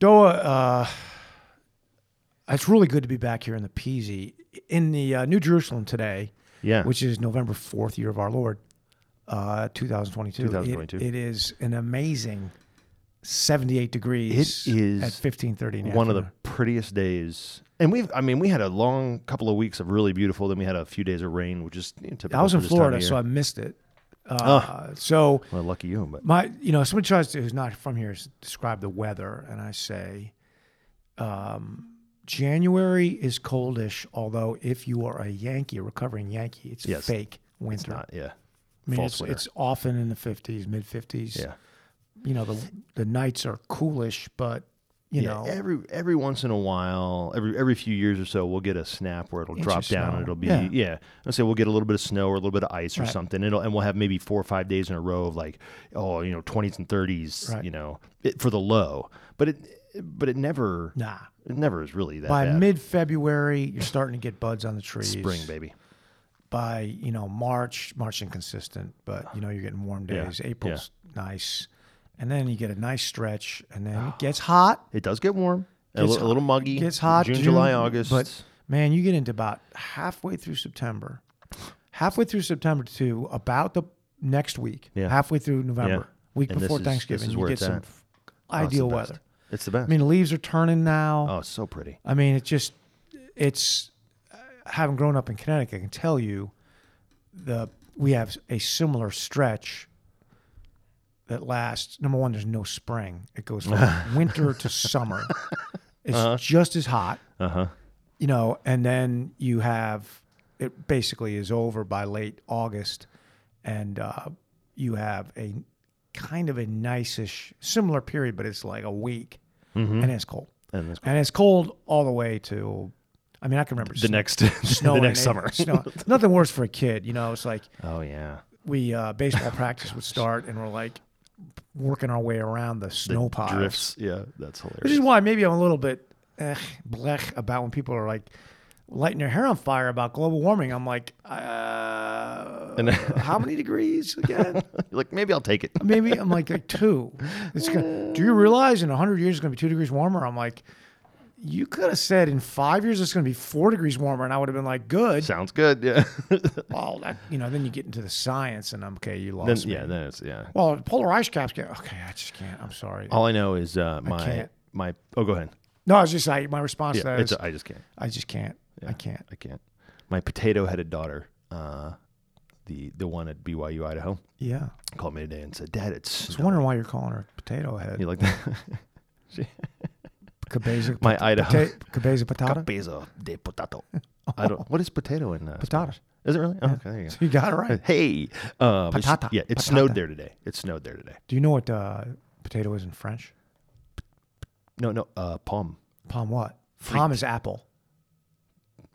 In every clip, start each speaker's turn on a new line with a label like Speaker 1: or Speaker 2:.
Speaker 1: Doa, uh, it's really good to be back here in the PZ. In the uh, New Jerusalem today,
Speaker 2: Yeah.
Speaker 1: which is November 4th, year of our Lord, uh, 2022. It-
Speaker 2: 2022.
Speaker 1: it is an amazing 78 degrees
Speaker 2: It is
Speaker 1: at 1530 in the
Speaker 2: one of the
Speaker 1: afternoon.
Speaker 2: prettiest days. And we've, I mean, we had a long couple of weeks of really beautiful. Then we had a few days of rain, which is you know, typical.
Speaker 1: I was
Speaker 2: for
Speaker 1: in
Speaker 2: this time
Speaker 1: Florida,
Speaker 2: of
Speaker 1: so
Speaker 2: year.
Speaker 1: I missed it. Uh, So
Speaker 2: well, lucky you, but
Speaker 1: my, you know, someone tries to, who's not from here, s- describe the weather, and I say, um, January is coldish, although if you are a Yankee, a recovering Yankee, it's
Speaker 2: Yes.
Speaker 1: fake winter.
Speaker 2: not yeah.
Speaker 1: I mean,
Speaker 2: false
Speaker 1: it's,
Speaker 2: winter.
Speaker 1: it's often in the 50s, mid 50s.
Speaker 2: Yeah.
Speaker 1: You know, the the nights are coolish, but you
Speaker 2: Yeah,
Speaker 1: know,
Speaker 2: every every once in a while, every every few years or so, we'll get a snap where it'll
Speaker 1: Inch
Speaker 2: drop
Speaker 1: of
Speaker 2: down
Speaker 1: snow.
Speaker 2: and it'll be
Speaker 1: Yeah.
Speaker 2: yeah. Let's say we'll get a little bit of snow or a little bit of ice or
Speaker 1: Right.
Speaker 2: something. It'll and we'll have maybe four or five days in a row of like oh you know twenties and thirties
Speaker 1: Right.
Speaker 2: you know it, for the low, but it but it never
Speaker 1: nah.
Speaker 2: it never is really that
Speaker 1: By
Speaker 2: bad.
Speaker 1: mid February, you're starting to get buds on the trees.
Speaker 2: spring baby.
Speaker 1: By you know March, March inconsistent, but you know you're getting warm
Speaker 2: Yeah,
Speaker 1: days. April's nice, and then you get a nice stretch, and then it gets hot.
Speaker 2: It does get warm, a,
Speaker 1: Gets
Speaker 2: li- a little muggy.
Speaker 1: Gets hot.
Speaker 2: June, July, August. Oh,
Speaker 1: But man, you get into about halfway through September, halfway through September to about the next week,
Speaker 2: Yeah.
Speaker 1: halfway through November, week
Speaker 2: And this
Speaker 1: before
Speaker 2: is- this
Speaker 1: Thanksgiving,
Speaker 2: is
Speaker 1: you
Speaker 2: where
Speaker 1: get
Speaker 2: it's
Speaker 1: some
Speaker 2: at.
Speaker 1: f-
Speaker 2: Oh, it's the
Speaker 1: ideal
Speaker 2: best.
Speaker 1: weather.
Speaker 2: It's the best.
Speaker 1: I mean, the leaves are turning now.
Speaker 2: oh, it's so pretty.
Speaker 1: I mean, it just, it's, having grown up in Connecticut, I can tell you the, we have a similar stretch that lasts. Number one, there's no spring. It goes from winter to summer. It's
Speaker 2: Uh-huh.
Speaker 1: just as hot,
Speaker 2: Uh huh.
Speaker 1: you know, and then you have, it basically is over by late August and uh, you have a kind of a niceish, similar period, but it's like a week and it's cold.
Speaker 2: Mm-hmm. And it's
Speaker 1: And it's cold all the way to, I mean, I can remember
Speaker 2: the next the
Speaker 1: in
Speaker 2: next summer.
Speaker 1: April. snow. Nothing worse for a kid, you know. It's like
Speaker 2: Oh yeah.
Speaker 1: we uh, baseball practice would start, and we're like working our way around the snow piles.
Speaker 2: Drifts. Yeah, that's hilarious.
Speaker 1: Which is why maybe I'm a little bit eh, blech about when people are like lighting their hair on fire about global warming. I'm like, uh,
Speaker 2: And-
Speaker 1: how many degrees again?
Speaker 2: You're like maybe I'll take it.
Speaker 1: Maybe I'm like, like two. It's gonna, do you realize in 100 years it's going to be two degrees warmer? I'm like, you could have said in five years it's going to be four degrees warmer, and I would have been like, good.
Speaker 2: Sounds good. Yeah.
Speaker 1: well, that, you know, then you get into the science, and I'm okay. You lost
Speaker 2: then
Speaker 1: me.
Speaker 2: yeah, then it's yeah.
Speaker 1: Well, polar ice caps get okay. I just can't. I'm sorry.
Speaker 2: All I know is uh, my
Speaker 1: can't.
Speaker 2: my. Oh, go ahead.
Speaker 1: no, it's just I, my response to
Speaker 2: Yeah,
Speaker 1: that
Speaker 2: it's
Speaker 1: is
Speaker 2: a, I just can't.
Speaker 1: I just can't. I can't.
Speaker 2: I can't. My potato-headed daughter, uh, the the one at BYU Idaho,
Speaker 1: Yeah,
Speaker 2: called me today and said, "Dad, it's
Speaker 1: I was wondering why you're calling her potato head.
Speaker 2: you like that?
Speaker 1: Cabeza,
Speaker 2: my Idaho
Speaker 1: pota- cabeza patata.
Speaker 2: peso de potato.
Speaker 1: Oh,
Speaker 2: I don't. What is potato in uh,
Speaker 1: Patata.
Speaker 2: Spanish? Is it really? Oh, okay, there you go.
Speaker 1: You got it right.
Speaker 2: Hey, uh, but she-
Speaker 1: Patata.
Speaker 2: Yeah, it
Speaker 1: Patata.
Speaker 2: snowed there today. It snowed there today.
Speaker 1: Do you know what uh, potato is in French?
Speaker 2: No, no, uh, palm.
Speaker 1: Palm what? Palm is apple.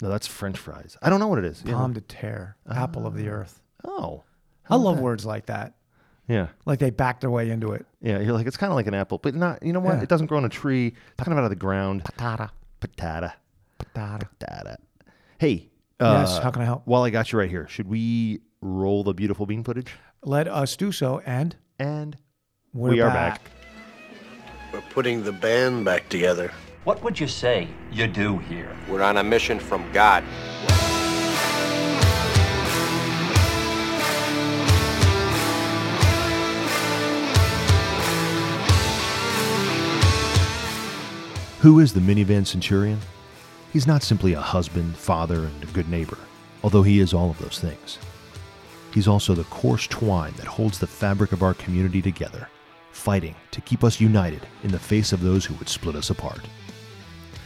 Speaker 2: No, that's French fries. I don't know what it is. Yeah. Ah.
Speaker 1: Palm de terre, apple of the earth.
Speaker 2: Oh,
Speaker 1: I love words like that.
Speaker 2: yeah.
Speaker 1: Like they back their way into it.
Speaker 2: Yeah, you're like it's kind of like an apple, but not. You know what?
Speaker 1: Yeah.
Speaker 2: It doesn't grow on a tree. It's kind of out of the ground.
Speaker 1: Patata,
Speaker 2: Patata,
Speaker 1: patata.
Speaker 2: patata. Hey.
Speaker 1: Yes,
Speaker 2: uh,
Speaker 1: how can I help?
Speaker 2: While I got you right here, should we roll the beautiful bean footage?
Speaker 1: Let us do so, and
Speaker 2: And
Speaker 1: we're
Speaker 2: We are
Speaker 1: back.
Speaker 2: back.
Speaker 3: We're putting the band back together.
Speaker 4: What would you say you do here?
Speaker 5: We're on a mission from God.
Speaker 2: who is the minivan centurion? He's not simply a husband, father, and a good neighbor, although he is all of those things. He's also the coarse twine that holds the fabric of our community together, fighting to keep us united in the face of those who would split us apart.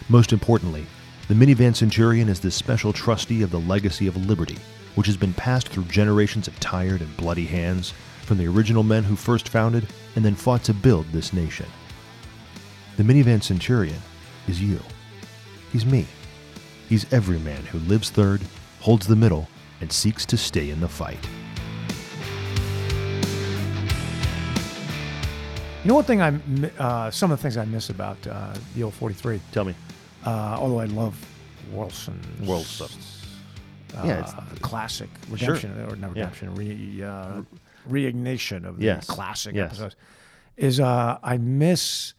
Speaker 2: Most importantly, the minivan centurion is the special trustee of the legacy of liberty, which has been passed through generations of tired and bloody hands from the original men who first founded and then fought to build this nation. The minivan centurion is you. He's me. He's every man who lives third, holds the middle, and seeks to stay in the fight.
Speaker 1: You know, one thing I, mi- uh, some of the things I miss about uh, the old 43,
Speaker 2: Tell me,
Speaker 1: uh, although I love Wilson's uh,
Speaker 2: yeah, it's-
Speaker 1: classic redemption, uh, or not
Speaker 2: Yeah.
Speaker 1: redemption, re, uh, reignition of the
Speaker 2: Yes.
Speaker 1: classic
Speaker 2: Yes.
Speaker 1: episodes, is uh, I miss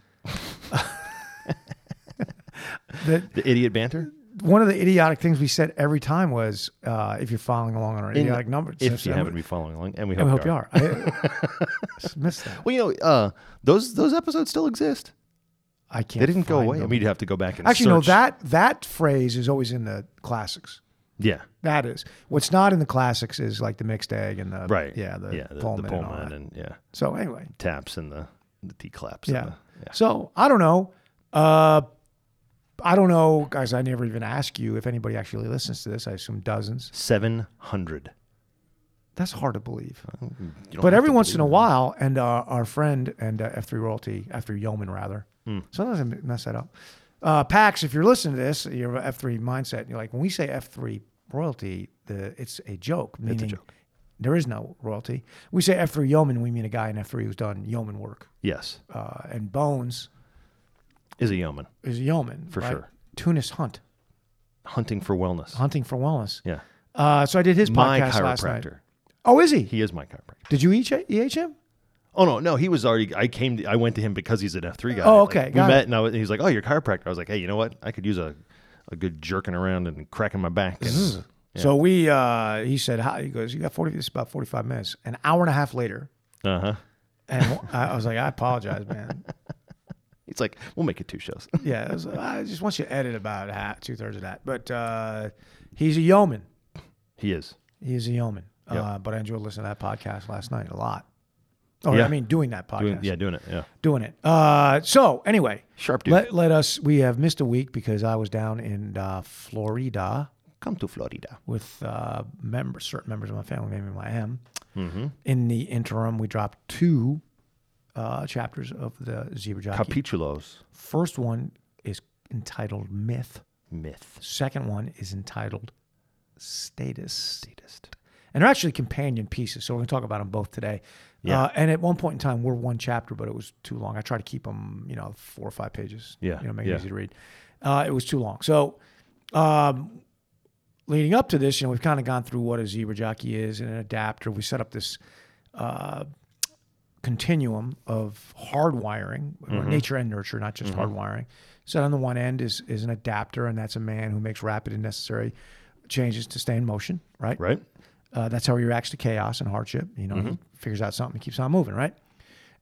Speaker 1: the,
Speaker 2: The idiot banter.
Speaker 1: one of the idiotic things we said every time was, uh, if you're following along on our
Speaker 2: In-
Speaker 1: idiotic numbers,
Speaker 2: If you
Speaker 1: system,
Speaker 2: haven't been following along, and we hope,
Speaker 1: I hope you are. I just missed that.
Speaker 2: Well, you know, uh, those those episodes still exist.
Speaker 1: I can't.
Speaker 2: They didn't go
Speaker 1: find
Speaker 2: away.
Speaker 1: them.
Speaker 2: We'd have to go back and
Speaker 1: Actually, no.
Speaker 2: search.
Speaker 1: That that phrase is always in the classics.
Speaker 2: yeah,
Speaker 1: That is what's not in the classics is like the mixed egg and the
Speaker 2: right.
Speaker 1: Yeah, the
Speaker 2: yeah, the,
Speaker 1: Pullman.
Speaker 2: the
Speaker 1: and all
Speaker 2: Pullman
Speaker 1: that.
Speaker 2: and yeah,
Speaker 1: so anyway,
Speaker 2: taps and the the T claps.
Speaker 1: yeah.
Speaker 2: and the, yeah.
Speaker 1: So I don't know. Uh, I don't know, guys. I never even ask you if anybody actually listens to this. I assume dozens.
Speaker 2: Seven hundred.
Speaker 1: That's hard to believe. But every once in a while, and uh, our friend and uh, F3 Royalty, F3 Yeoman rather,
Speaker 2: Hmm.
Speaker 1: sometimes I mess that up. Uh, Pax, if you're listening to this, you're a F3 mindset, and you're like, when we say F3 Royalty, the it's a joke. Meaning
Speaker 2: joke.
Speaker 1: There is no royalty. We say F3 Yeoman, we mean a guy in F3 who's done yeoman work.
Speaker 2: yes,
Speaker 1: Uh, and Bones
Speaker 2: is a yeoman
Speaker 1: is a yeoman.
Speaker 2: For
Speaker 1: right?
Speaker 2: sure.
Speaker 1: Tunis Hunt,
Speaker 2: hunting for wellness.
Speaker 1: hunting for wellness.
Speaker 2: Yeah,
Speaker 1: Uh, so I did his
Speaker 2: my
Speaker 1: podcast last night.
Speaker 2: chiropractor.
Speaker 1: Oh, is he?
Speaker 2: He is my chiropractor.
Speaker 1: did you EH, EH him?
Speaker 2: Oh no, no, he was already. I came. I went to him because he's an F three guy.
Speaker 1: Oh, okay,
Speaker 2: Like, we
Speaker 1: got
Speaker 2: met,
Speaker 1: it.
Speaker 2: and, I was, and he's like, "Oh, you're a chiropractor." I was like, "Hey, you know what? I could use a, a good jerking around and cracking my back."
Speaker 1: Mm.
Speaker 2: And,
Speaker 1: So we, uh, he said, how, he goes, you got 40, it's about 45 minutes, an hour and a half later.
Speaker 2: uh huh.
Speaker 1: And I I was like, I apologize, man.
Speaker 2: He's like, "We'll make it two shows."
Speaker 1: Yeah. I, was like, I just want you to edit about half, two thirds of that. But, uh, he's a yeoman.
Speaker 2: he is.
Speaker 1: He is a yeoman. Uh, but I enjoyed listening to that podcast last night a lot. Oh,
Speaker 2: Yeah.
Speaker 1: I mean, doing that podcast.
Speaker 2: Doing, yeah, doing it. Yeah.
Speaker 1: doing it. Uh, so anyway,
Speaker 2: Sharp dude.
Speaker 1: let, let us, we have missed a week because I was down in, uh, Florida.
Speaker 2: Come to Florida.
Speaker 1: with uh, members, certain members of my family, namely my M. In the interim, we dropped two uh, chapters of the Zebra Jockey.
Speaker 2: Capitulos
Speaker 1: First one is entitled Myth.
Speaker 2: myth.
Speaker 1: Second one is entitled Status. And they're actually companion pieces, so we're going to talk about them both today.
Speaker 2: Yeah.
Speaker 1: Uh, and at one point in time, we're one chapter, but it was too long. I try to keep them, you know, four or five pages.
Speaker 2: Yeah,
Speaker 1: You know, make it
Speaker 2: yeah.
Speaker 1: easy to read. Uh, it was too long. So, um, leading up to this, you know, we've kind of gone through what a zebra jockey is and an adapter. We set up this uh, continuum of hardwiring,
Speaker 2: Mm-hmm.
Speaker 1: nature and nurture, not just hardwiring. So on the one end is is an adapter, and that's a man who makes rapid and necessary changes to stay in motion, right?
Speaker 2: Right.
Speaker 1: Uh, that's how he reacts to chaos and hardship. You know, he figures out something, he keeps on moving, right?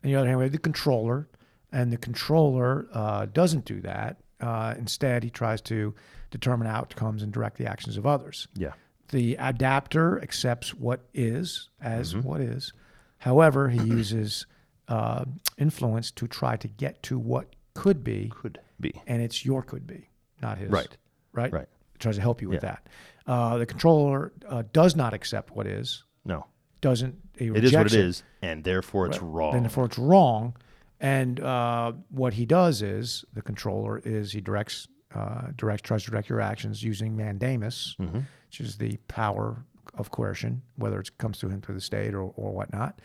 Speaker 1: On the other hand, we have the controller, and the controller uh, doesn't do that. Uh, instead, he tries to determine outcomes and direct the actions of others.
Speaker 2: Yeah.
Speaker 1: The adapter accepts what is as what is. However, he uses uh, influence to try to get to what could be,
Speaker 2: Could be.
Speaker 1: and it's your could be, not his.
Speaker 2: Right.
Speaker 1: Right.
Speaker 2: Right.
Speaker 1: Tries to help you with
Speaker 2: Yeah.
Speaker 1: that. Uh, the controller uh, does not accept what is,
Speaker 2: No.
Speaker 1: doesn't. He
Speaker 2: It is what
Speaker 1: rejects
Speaker 2: it is, and therefore it's wrong.
Speaker 1: then therefore it's wrong. And uh, what he does is the controller is he directs, uh, directs, tries to direct your actions using mandamus,
Speaker 2: Mm-hmm.
Speaker 1: which is the power of coercion, whether it comes to him through the state or or whatnot.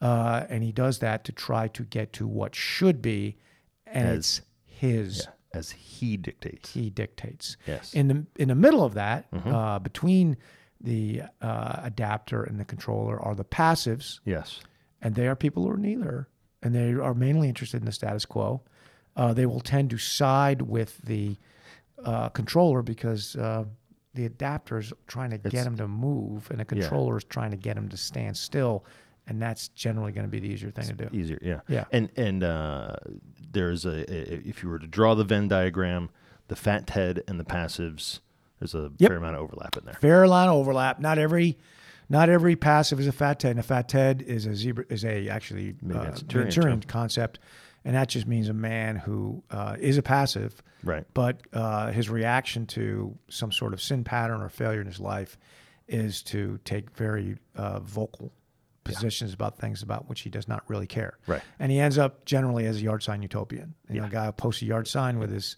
Speaker 1: Uh, and he does that to try to get to what should be, and it's his
Speaker 2: as he dictates.
Speaker 1: he dictates.
Speaker 2: Yes.
Speaker 1: In the in the middle of that, uh, between the uh, adapter and the controller are the passives,
Speaker 2: Yes.
Speaker 1: and they are people who are neither, and they are mainly interested in the status quo. Uh, they will tend to side with the uh, controller because uh, the adapter is trying to get him to move, and the controller is trying to get him to stand still, and that's generally going to be the easier thing to do.
Speaker 2: easier yeah
Speaker 1: Yeah.
Speaker 2: and and uh, there's a i- if you were to draw the venn diagram the fat head and the passives there's a
Speaker 1: Yep.
Speaker 2: fair amount of overlap in there
Speaker 1: fair line overlap. Not every, not every passive is a fat Ted, and a fat Ted is a zebra is a actually uh,
Speaker 2: Manchurian
Speaker 1: Manchurian concept, and that just means a man who uh, is a passive,
Speaker 2: Right.
Speaker 1: But uh, his reaction to some sort of sin pattern or failure in his life is to take very uh, vocal positions about things about which he does not really care,
Speaker 2: Right.
Speaker 1: And he ends up generally as a yard sign utopian, you know, a guy who posts a yard sign with his.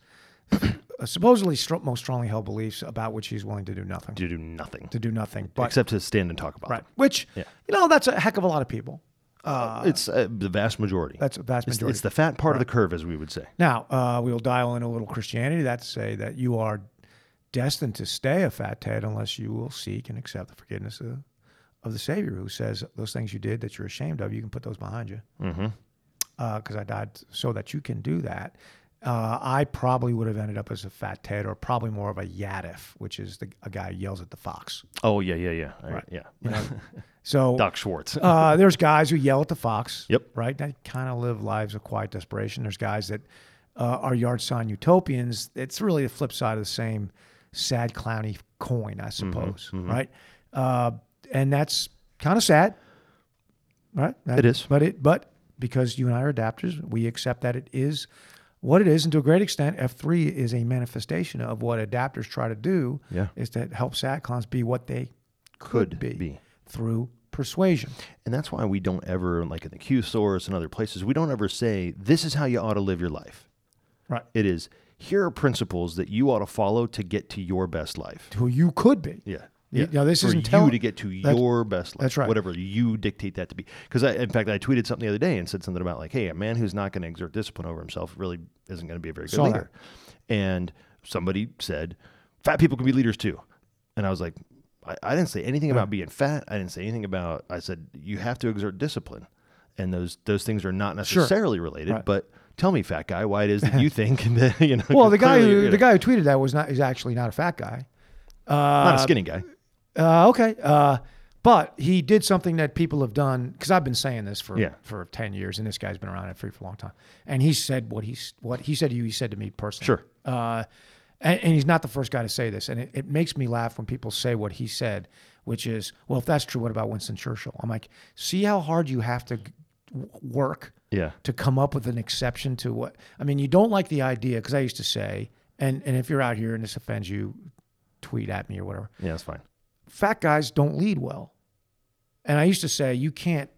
Speaker 1: uh, Supposedly, str- most strongly held beliefs about which he's willing to do nothing
Speaker 2: to do nothing
Speaker 1: to do nothing. But
Speaker 2: except to stand and talk about
Speaker 1: right,
Speaker 2: them.
Speaker 1: which you know that's a heck of a lot of people.
Speaker 2: it's uh, the vast majority
Speaker 1: That's a vast
Speaker 2: It's-
Speaker 1: majority.
Speaker 2: it's, the fat part of the curve as we would say
Speaker 1: Now uh, we will dial in a little Christianity. That's say that you are destined to stay a fathead unless you will seek and accept the forgiveness of, of the Savior, who says those things you did that Uh, you're ashamed of, you can put those behind you. Because mm-hmm. I died so that you can do that. Uh, I probably would have ended up as a fat Ted or probably more of a Yadif, which is the, a guy who yells at the fox.
Speaker 2: Oh yeah, yeah, yeah, All right, yeah.
Speaker 1: So
Speaker 2: Doc Schwartz.
Speaker 1: uh, there's guys who yell at the fox.
Speaker 2: Yep.
Speaker 1: Right. That kind of live lives of quiet desperation. There's guys that uh, are yard sign utopians. It's really the flip side of the same sad clowny coin,
Speaker 2: Mm-hmm,
Speaker 1: I suppose. Right. Uh, and that's kind of sad. Right. That-
Speaker 2: It is.
Speaker 1: But it but because you and I are adapters, we accept that it is what it is, and to a great extent, F three is a manifestation of what adapters try to do.
Speaker 2: Yeah.
Speaker 1: Is to help sad clowns be what they could,
Speaker 2: Could
Speaker 1: be,
Speaker 2: be.
Speaker 1: through persuasion.
Speaker 2: And that's why we don't ever, like in the Q source and other places, we don't ever say, this is how you ought to live your life.
Speaker 1: Right.
Speaker 2: It is, here are principles that you ought to follow to get to your best life.
Speaker 1: Who you could be.
Speaker 2: Yeah.
Speaker 1: You-
Speaker 2: Yeah.
Speaker 1: now, this
Speaker 2: For
Speaker 1: isn't
Speaker 2: you
Speaker 1: tell-
Speaker 2: to get to
Speaker 1: that's-
Speaker 2: your best life.
Speaker 1: that's right.
Speaker 2: Whatever you dictate that to be. Because in fact, I tweeted something the other day and said something about like, hey, a man who's not going to exert discipline over himself really isn't going to be a very good
Speaker 1: Saw that.
Speaker 2: leader. And somebody said, fat people can be leaders too. And I was like, I, I didn't say anything about being fat. I didn't say anything about. I said you have to exert discipline, and those those things are not necessarily related.
Speaker 1: Right.
Speaker 2: But tell me, fat guy, why it is that you think that you know?
Speaker 1: Well, the guy
Speaker 2: clearly,
Speaker 1: who
Speaker 2: you
Speaker 1: the
Speaker 2: know,
Speaker 1: guy who tweeted that was not is actually not a fat guy.
Speaker 2: not a skinny guy.
Speaker 1: Uh, okay, uh, but he did something that people have done because I've been saying this for
Speaker 2: Yeah.
Speaker 1: for ten years, and this guy's been around it for a long time. And he said what he s- what he said to you, he said to me personally.
Speaker 2: Sure.
Speaker 1: Uh, and, and he's not the first guy to say this, and it, it makes me laugh when people say what he said, which is, well, if that's true, what about Winston Churchill? I'm like, see how hard you have to g- w- work
Speaker 2: Yeah.
Speaker 1: to come up with an exception to what I mean. You don't like the idea because I used to say, and and if you're out here and this offends you, tweet at me or whatever.
Speaker 2: Yeah, that's fine.
Speaker 1: Fat guys don't lead well, and I used to say you can't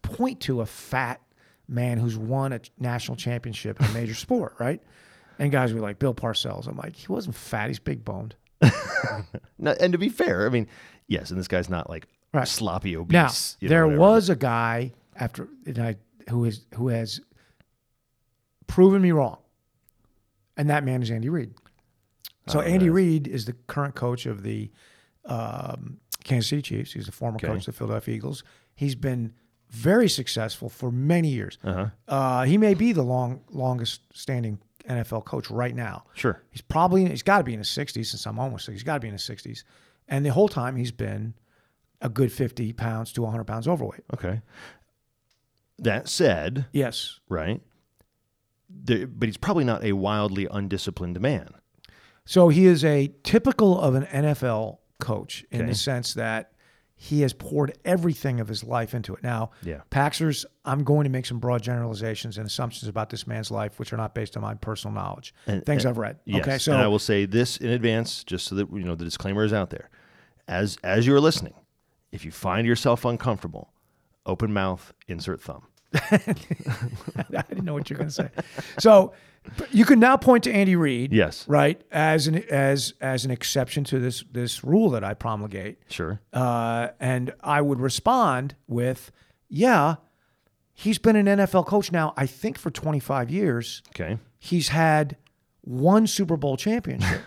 Speaker 1: point to a fat man who's won a national championship in a major sport, right? And guys were like Bill Parcells. I'm like, he wasn't fat. He's big boned.
Speaker 2: No, and to be fair, I mean, yes, and this guy's not like
Speaker 1: Right.
Speaker 2: sloppy obese.
Speaker 1: Now
Speaker 2: you know,
Speaker 1: there
Speaker 2: whatever.
Speaker 1: was a guy after and I who is who has proven me wrong, and that man is Andy Reid.
Speaker 2: Oh,
Speaker 1: So Andy Reid is the current coach of the um, Kansas City Chiefs. He's the former coach of the Philadelphia Eagles. He's been very successful for many years. Uh-huh. he may be the long longest standing NFL coach right now.
Speaker 2: Sure.
Speaker 1: He's probably he's got to be in his 60s since I'm almost 60. He's got to be in his 60s, and the whole time he's been a good 50 pounds to 100 pounds overweight.
Speaker 2: okay. That said,
Speaker 1: Yes,
Speaker 2: right? There, but he's probably not a wildly undisciplined man.
Speaker 1: so he is a typical of an NFL coach in
Speaker 2: Okay.
Speaker 1: the sense that he has poured everything of his life into it. Now,
Speaker 2: Yeah.
Speaker 1: Paxers, I'm going to make some broad generalizations and assumptions about this man's life, which are not based on my personal knowledge,
Speaker 2: And-
Speaker 1: things
Speaker 2: and-
Speaker 1: I've read.
Speaker 2: Yes.
Speaker 1: Okay, so
Speaker 2: and I will say this in advance, just so that you know the disclaimer is out there. As as you are listening, if you find yourself uncomfortable, open mouth, insert thumb.
Speaker 1: I didn't know what you were going to say. So but you can now point to Andy Reid,
Speaker 2: Yes.
Speaker 1: right, as an as as an exception to this this rule that I promulgate.
Speaker 2: Sure.
Speaker 1: Uh, and I would respond with, "Yeah, he's been an NFL coach now. I think for 25 years,
Speaker 2: Okay.
Speaker 1: he's had one Super Bowl championship.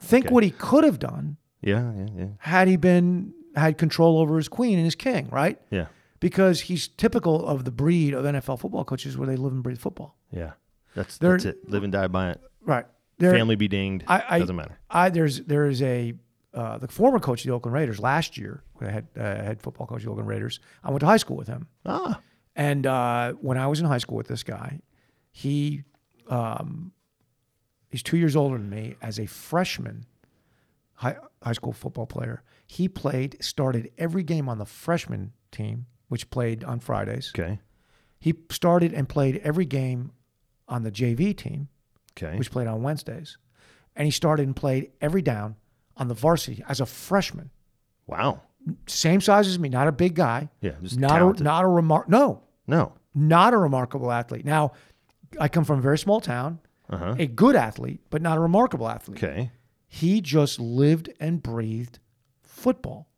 Speaker 1: think what he could have done
Speaker 2: Yeah. Yeah. Yeah.
Speaker 1: had he been had control over his queen and his king, right?
Speaker 2: Yeah.
Speaker 1: Because he's typical of the breed of NFL football coaches where they live and breathe football."
Speaker 2: Yeah. That's
Speaker 1: There-
Speaker 2: that's it. Live and die by it.
Speaker 1: Right. There,
Speaker 2: Family be dinged.
Speaker 1: I, I,
Speaker 2: Doesn't matter.
Speaker 1: I there's there is a uh, the former coach of the Oakland Raiders last year, the head uh, head football coach of the Oakland Raiders. I went to high school with him,
Speaker 2: Ah.
Speaker 1: and uh, when I was in high school with this guy, he um, he's two years older than me. As a freshman, high high school football player, he played started every game on the freshman team, which played on Fridays.
Speaker 2: Okay.
Speaker 1: He started and played every game on the JV team,
Speaker 2: Okay.
Speaker 1: which played on Wednesdays. And he started and played every down on the varsity as a freshman.
Speaker 2: wow.
Speaker 1: Same size as me, not a big guy.
Speaker 2: Yeah, just
Speaker 1: not
Speaker 2: talented.
Speaker 1: a not a remar- no,
Speaker 2: No.
Speaker 1: not a remarkable athlete. Now, I come from a very small town.
Speaker 2: Uh-huh.
Speaker 1: A good athlete, but not a remarkable athlete.
Speaker 2: Okay.
Speaker 1: He just lived and breathed football.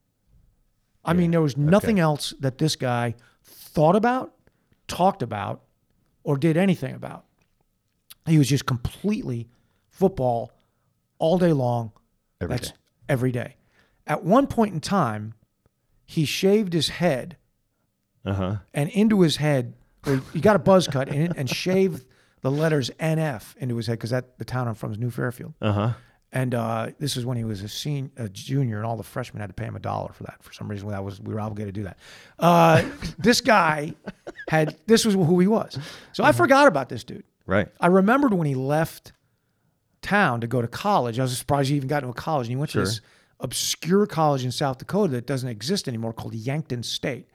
Speaker 1: I mean, there was nothing else that this guy thought about, talked about, or did anything about. He was just completely football all day long.
Speaker 2: Every
Speaker 1: That's every day. At one point in time, he shaved his head
Speaker 2: Uh huh.
Speaker 1: and into his head. Or he got a buzz cut and, and shaved the letters NF into his head because that the town I'm from is New Fairfield.
Speaker 2: Uh huh.
Speaker 1: And uh, this was when he was a senior, a junior, and all the freshmen had to pay him a dollar for that. For some reason, that was we were obligated to do that. Uh, this guy had this was who he was. So
Speaker 2: Mm-hmm.
Speaker 1: I forgot about this dude.
Speaker 2: Right.
Speaker 1: I remembered when he left town to go to college. I was surprised he even got into a college. And he went
Speaker 2: Sure.
Speaker 1: to this obscure college in South Dakota that doesn't exist anymore called Yankton State.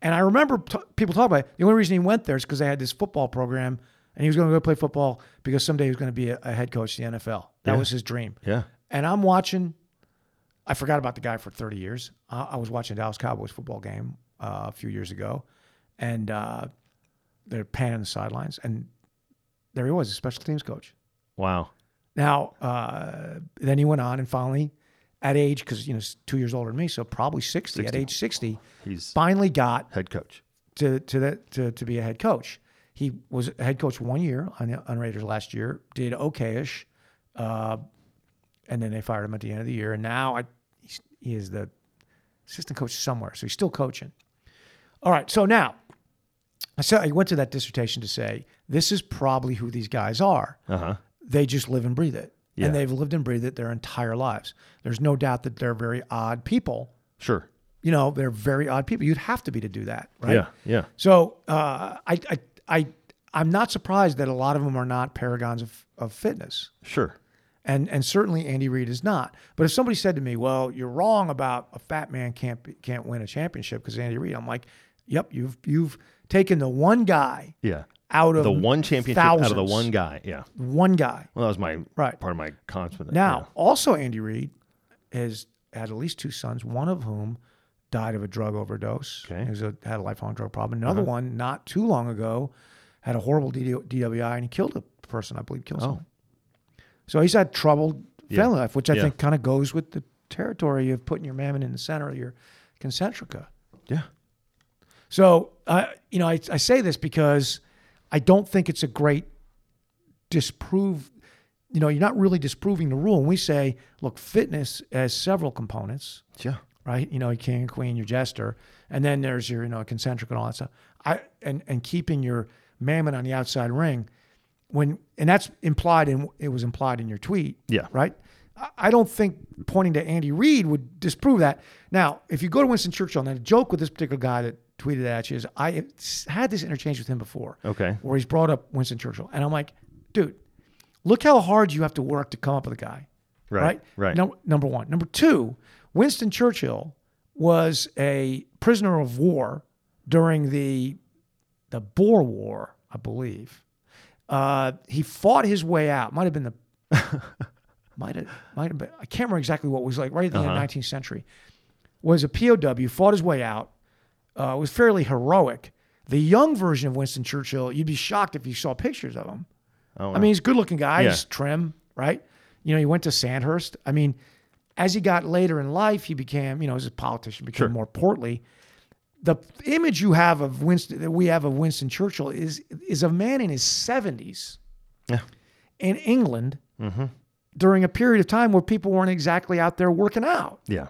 Speaker 1: And I remember t- people talking about it. The only reason he went there is because they had this football program and he was going to go play football because someday he was going to be a, a head coach in the NFL. That was his dream.
Speaker 2: Yeah.
Speaker 1: And I'm watching. I forgot about the guy for 30 years. I, I was watching a Dallas Cowboys football game uh, a few years ago, and uh, they're panning the sidelines, and there he was, a special teams coach.
Speaker 2: Wow.
Speaker 1: Now, uh, then he went on, and finally, at age because you know he's two years older than me, so probably 60, At age 60,
Speaker 2: He's
Speaker 1: finally got
Speaker 2: head coach.
Speaker 1: to to that to, to be a head coach. He was a head coach one year on, on Raiders last year, did okayish, uh, and then they fired him at the end of the year. And now I, he's, he is the assistant coach somewhere, so he's still coaching. All right, so now I said I went to that dissertation to say this is probably who these guys are.
Speaker 2: Uh huh.
Speaker 1: They just live and breathe it,
Speaker 2: Yeah.
Speaker 1: and they've lived and breathed it their entire lives. There's no doubt that they're very odd people.
Speaker 2: Sure.
Speaker 1: You know, they're very odd people. You'd have to be to do that, right?
Speaker 2: Yeah. Yeah.
Speaker 1: So uh, I, I, I, I'm not surprised that a lot of them are not paragons of, of fitness.
Speaker 2: Sure.
Speaker 1: And, and certainly Andy Reid is not. But if somebody said to me, "Well, you're wrong about a fat man can't be- can't win a championship because Andy Reid," I'm like, "Yep, you've you've taken the one guy
Speaker 2: Yeah.
Speaker 1: out of
Speaker 2: The one championship out of the
Speaker 1: thousands.
Speaker 2: one guy. Yeah.
Speaker 1: one guy."
Speaker 2: Well, that was my
Speaker 1: Right.
Speaker 2: part of my confidence.
Speaker 1: Now, also Andy Reid has had at least two sons, one of whom died of a drug overdose.
Speaker 2: Okay. Uh-huh.
Speaker 1: He was a, had a lifelong drug problem. Another one, not too long ago, had a horrible DD DWI and he killed a person, I believe, killed someone. So he's had troubled family life, which I
Speaker 2: Oh. Yeah.
Speaker 1: think kind of goes with the territory of putting your mammon in the center of your concentrica.
Speaker 2: Yeah.
Speaker 1: So, uh, you know, I, I say this because I don't think it's a great disprove. You know, you're not really disproving the rule. When we say, look, fitness has several components,
Speaker 2: Yeah.
Speaker 1: right? You know, your king and queen, your jester, and then there's your, you know, concentric and all that stuff. I and and keeping your mammon on the outside ring, when and that's implied in it was implied in your tweet,
Speaker 2: Yeah.
Speaker 1: right? I- I don't think pointing to Andy Reid would disprove that. Now, if you go to Winston Churchill, now the joke with this particular guy that tweeted at you is I had this interchange with him before,
Speaker 2: Okay.
Speaker 1: where he's brought up Winston Churchill, and I'm like, dude, look how hard you have to work to come up with a guy
Speaker 2: Right.
Speaker 1: right?
Speaker 2: Right.
Speaker 1: Num- number one. Number two, Winston Churchill was a prisoner of war during the the Boer War, I believe. Uh, he fought his way out. Might have been the might have might have been. I can't remember exactly what it was like. Right at the end of
Speaker 2: Uh-huh.
Speaker 1: the nineteenth century, was a POW, fought his way out. Uh, was fairly heroic. The young version of Winston Churchill, you'd be shocked if you saw pictures of him.
Speaker 2: Oh,
Speaker 1: I mean, he's a good looking guy.
Speaker 2: Yeah.
Speaker 1: He's trim, right? You know, he went to Sandhurst. I mean, as he got later in life, he became, you know, as a politician, became more portly. The image you have of Winston, that we have of Winston Churchill, is is a man in his seventies,
Speaker 2: Yeah. Mm-hmm.
Speaker 1: in England, during a period of time where people weren't exactly out there working out,
Speaker 2: yeah.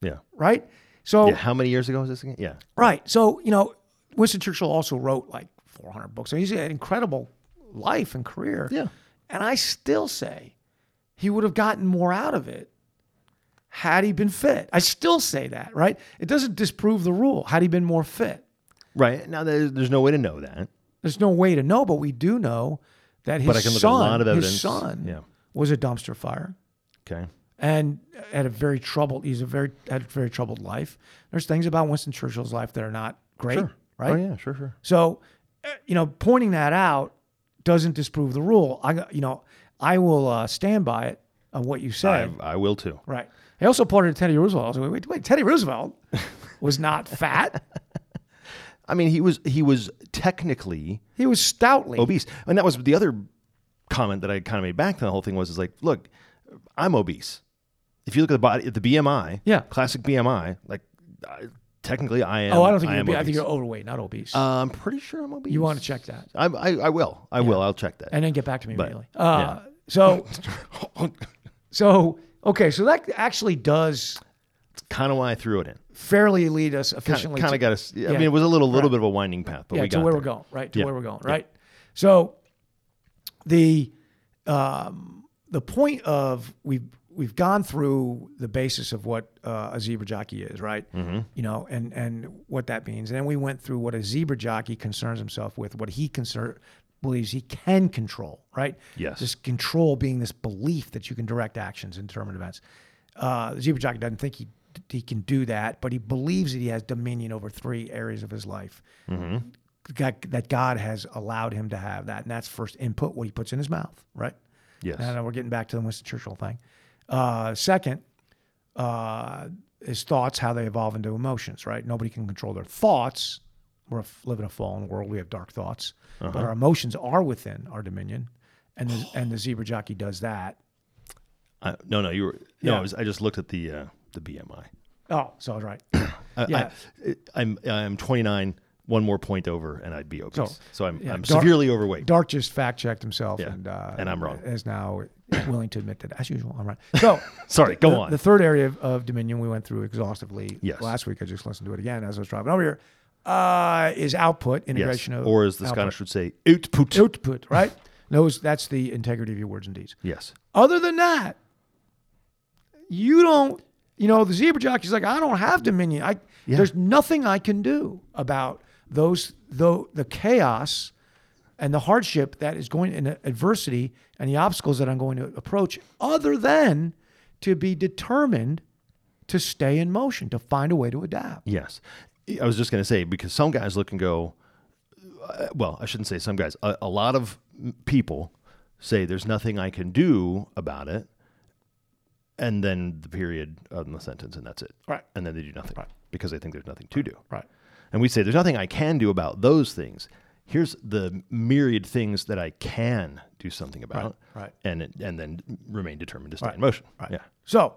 Speaker 2: Yeah.
Speaker 1: right? So,
Speaker 2: Yeah. How many years ago was this again? Yeah.
Speaker 1: right. So, you know, Winston Churchill also wrote like 400 books. So he's had an incredible life and career. And I still say he would have gotten more out of it had he been fit. I still say that, right? It doesn't disprove the rule. Had he been more fit,
Speaker 2: Right. Now there's, there's no way to know that.
Speaker 1: there's no way to know, but we do know that his
Speaker 2: But I can look at a
Speaker 1: son,
Speaker 2: lot of evidence.
Speaker 1: his son
Speaker 2: Yeah.
Speaker 1: was a dumpster fire
Speaker 2: Okay.
Speaker 1: and had a very troubled. He's a very had a very troubled life. There's things about Winston Churchill's life that are not great, right?
Speaker 2: Oh yeah. Sure. Sure.
Speaker 1: So, uh, you know, pointing that out doesn't disprove the rule. I, you know, I will uh, stand by it on what you said.
Speaker 2: I, I will too.
Speaker 1: Right. He also pointed to Teddy Roosevelt. I was like, wait, wait, Teddy Roosevelt was not fat.
Speaker 2: I mean, he was he was technically
Speaker 1: He was stoutly.
Speaker 2: obese, and that was the other comment that I kind of made back to the whole thing was is like, look, I'm obese. If you look at the body, the BMI,
Speaker 1: Yeah.
Speaker 2: classic BMI, like I, technically I am.
Speaker 1: oh, I don't think
Speaker 2: I
Speaker 1: you're
Speaker 2: am
Speaker 1: obese. I think
Speaker 2: obese.
Speaker 1: you're overweight, not obese.
Speaker 2: Uh, I'm pretty sure I'm obese.
Speaker 1: you want to check that
Speaker 2: I, I, I will. I will. I'll check that.
Speaker 1: and then get back to me immediately. Uh, So, so okay, so that actually does
Speaker 2: kind of why I threw it in.
Speaker 1: fairly lead us efficiently.
Speaker 2: Kind
Speaker 1: to-
Speaker 2: of got us. I
Speaker 1: yeah.
Speaker 2: mean, it was a little little bit of a winding path, but
Speaker 1: yeah,
Speaker 2: we
Speaker 1: to
Speaker 2: got
Speaker 1: where
Speaker 2: there.
Speaker 1: we're going, right? To
Speaker 2: Yeah.
Speaker 1: where we're going, right? So, the um, the point of we've we've gone through the basis of what uh, a zebra jockey is, right? You know, and and what that means, and then we went through what a zebra jockey concerns himself with, what he concern believes he can control, right?
Speaker 2: Yes.
Speaker 1: This control being this belief that you can direct actions and determine events. Uh, the zebra jockey doesn't think he he can do that, but he believes that he has dominion over three areas of his life. God, that God has allowed him to have that, and that's first input what he puts in his mouth, right?
Speaker 2: Yes.
Speaker 1: Now, now we're getting back to the Winston Churchill thing. Uh, second, uh, is thoughts how they evolve into emotions, right? Nobody can control their thoughts. We're a, live in a fallen world. We have dark thoughts,
Speaker 2: Uh-huh.
Speaker 1: but our emotions are within our dominion, and the, and the zebra jockey does that.
Speaker 2: I, no, no, you were. No,
Speaker 1: Yeah.
Speaker 2: I, was, I just looked at the uh, the BMI.
Speaker 1: Oh, so I was right.
Speaker 2: I,
Speaker 1: Yeah.
Speaker 2: I, I'm I'm 29, one more point over, and I'd be obese. So,
Speaker 1: So,
Speaker 2: I'm
Speaker 1: yeah,
Speaker 2: I'm
Speaker 1: dark-
Speaker 2: severely overweight.
Speaker 1: Dark just fact checked himself,
Speaker 2: Yeah,
Speaker 1: and uh,
Speaker 2: and I'm wrong.
Speaker 1: Is now willing to admit that, as usual, I'm right. So
Speaker 2: Sorry, go
Speaker 1: the,
Speaker 2: on.
Speaker 1: The third area of, of Dominion we went through exhaustively
Speaker 2: Yes.
Speaker 1: last week. I just listened to it again as I was driving over here. Uh, is output
Speaker 2: yes.
Speaker 1: integration of
Speaker 2: Or as the
Speaker 1: output.
Speaker 2: Scottish would say, output.
Speaker 1: output, right? Those that's the integrity of your words and deeds.
Speaker 2: Yes.
Speaker 1: Other than that, you don't. You know, the zebra jockey's like, I don't have dominion. I there's nothing I can do about those though the chaos and the hardship that is going in adversity and the obstacles that I'm going to approach, other than to be determined to stay in motion, to find a way to adapt.
Speaker 2: Yes. I was just going to say because some guys look and go, uh, well, I shouldn't say some guys. A, a lot of m- people say there's nothing I can do about it, and then the period on the sentence, and that's it.
Speaker 1: Right.
Speaker 2: And then they do nothing because they think there's nothing to do.
Speaker 1: Right.
Speaker 2: And we say there's nothing I can do about those things. Here's the myriad things that I can do something about,
Speaker 1: right.
Speaker 2: and it- and then remain determined to stay in motion. Right. Yeah.
Speaker 1: So,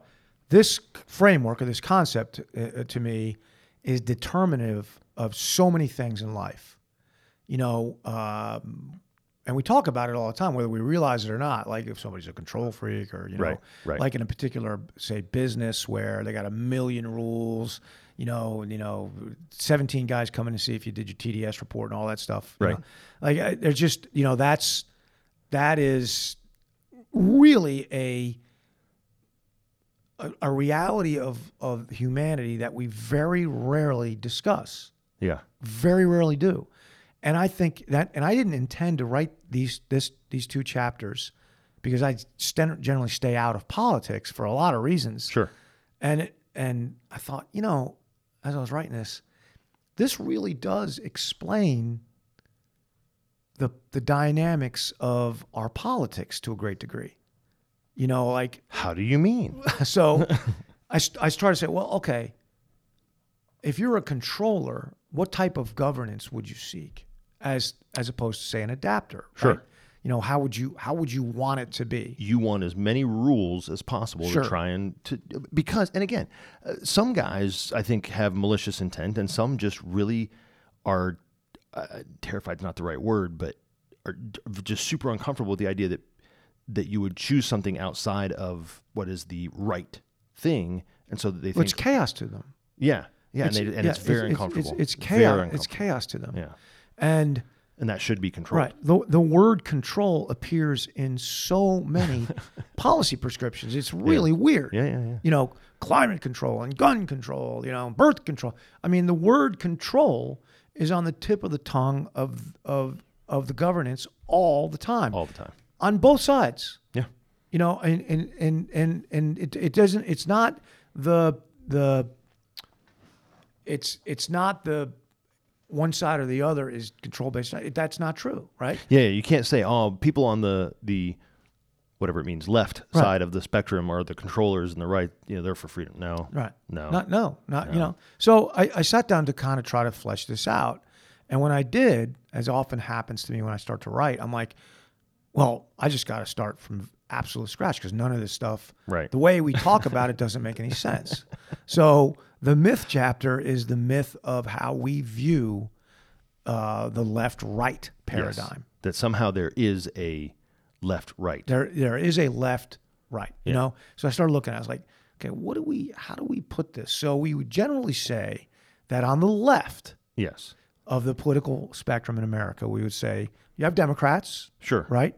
Speaker 1: this framework or this concept uh, to me is determinative of so many things in life. You know, um, and we talk about it all the time, whether we realize it or not. Like if somebody's a control freak, or you know,
Speaker 2: Right, right.
Speaker 1: like in a particular say business where they got a million rules. You know, and, you know, seventeen guys coming to see if you did your TDS report and all that stuff. you
Speaker 2: Right.
Speaker 1: know. Like I- they're just, you know, that's that is really a a, a reality of of humanity that we very rarely discuss,
Speaker 2: Yeah.
Speaker 1: very rarely do. And I think that, and I didn't intend to write these this these two chapters because I sten- generally stay out of politics for a lot of reasons.
Speaker 2: Sure.
Speaker 1: And it, and I thought, you know, as I was writing this, this really does explain the the dynamics of our politics to a great degree. You know, like
Speaker 2: How do you mean?
Speaker 1: so I, st- I started to say, well, okay, if you're a controller, what type of governance would you seek as as opposed to say an adapter?
Speaker 2: Sure.
Speaker 1: right? You know, how would you how would you want it to be?
Speaker 2: you want as many rules as possible
Speaker 1: Sure.
Speaker 2: to try and to because and again uh, some guys i think have malicious intent and some just really are uh, terrified's not the right word but are d- just super uncomfortable with the idea that that you would choose something outside of what is the right thing and so that they
Speaker 1: Well,
Speaker 2: think
Speaker 1: it's chaos to them.
Speaker 2: yeah yeah and, they, and
Speaker 1: yeah,
Speaker 2: it's very uncomfortable
Speaker 1: It's, it's
Speaker 2: Very
Speaker 1: chaos. It's
Speaker 2: uncomfortable.
Speaker 1: chaos to them.
Speaker 2: yeah
Speaker 1: And
Speaker 2: and that should be controlled
Speaker 1: right, the the word control appears in so many policy prescriptions. It's really weird.
Speaker 2: yeah yeah yeah
Speaker 1: you know, climate control and gun control, you know, birth control. I mean, the word control is on the tip of the tongue of of of the governance all the time.
Speaker 2: all the time
Speaker 1: On both sides.
Speaker 2: yeah
Speaker 1: You know, and and and and, and it, it doesn't it's not the the it's it's not the one side or the other is control based. That's not true, right?
Speaker 2: Yeah, you can't say, oh, people on the the whatever it means left side of the spectrum are the controllers and the right, you know, they're for freedom. No,
Speaker 1: Right.
Speaker 2: no,
Speaker 1: Not no. Not you know. So I, I sat down to kind of try to flesh this out. And when I did, as often happens to me when I start to write, I'm like, well, I just got to start from absolute scratch because none of this stuff,
Speaker 2: Right.
Speaker 1: the way we talk about it doesn't make any sense. So the myth chapter is the myth of how we view uh, the left-right
Speaker 2: Yes.
Speaker 1: paradigm.
Speaker 2: That somehow there is a left right.
Speaker 1: There, there is a left, right. You know. So I started looking. I was like, okay, what do we? How do we put this? So we would generally say that on the left
Speaker 2: Yes,
Speaker 1: of the political spectrum in America, we would say you have Democrats,
Speaker 2: sure.
Speaker 1: right?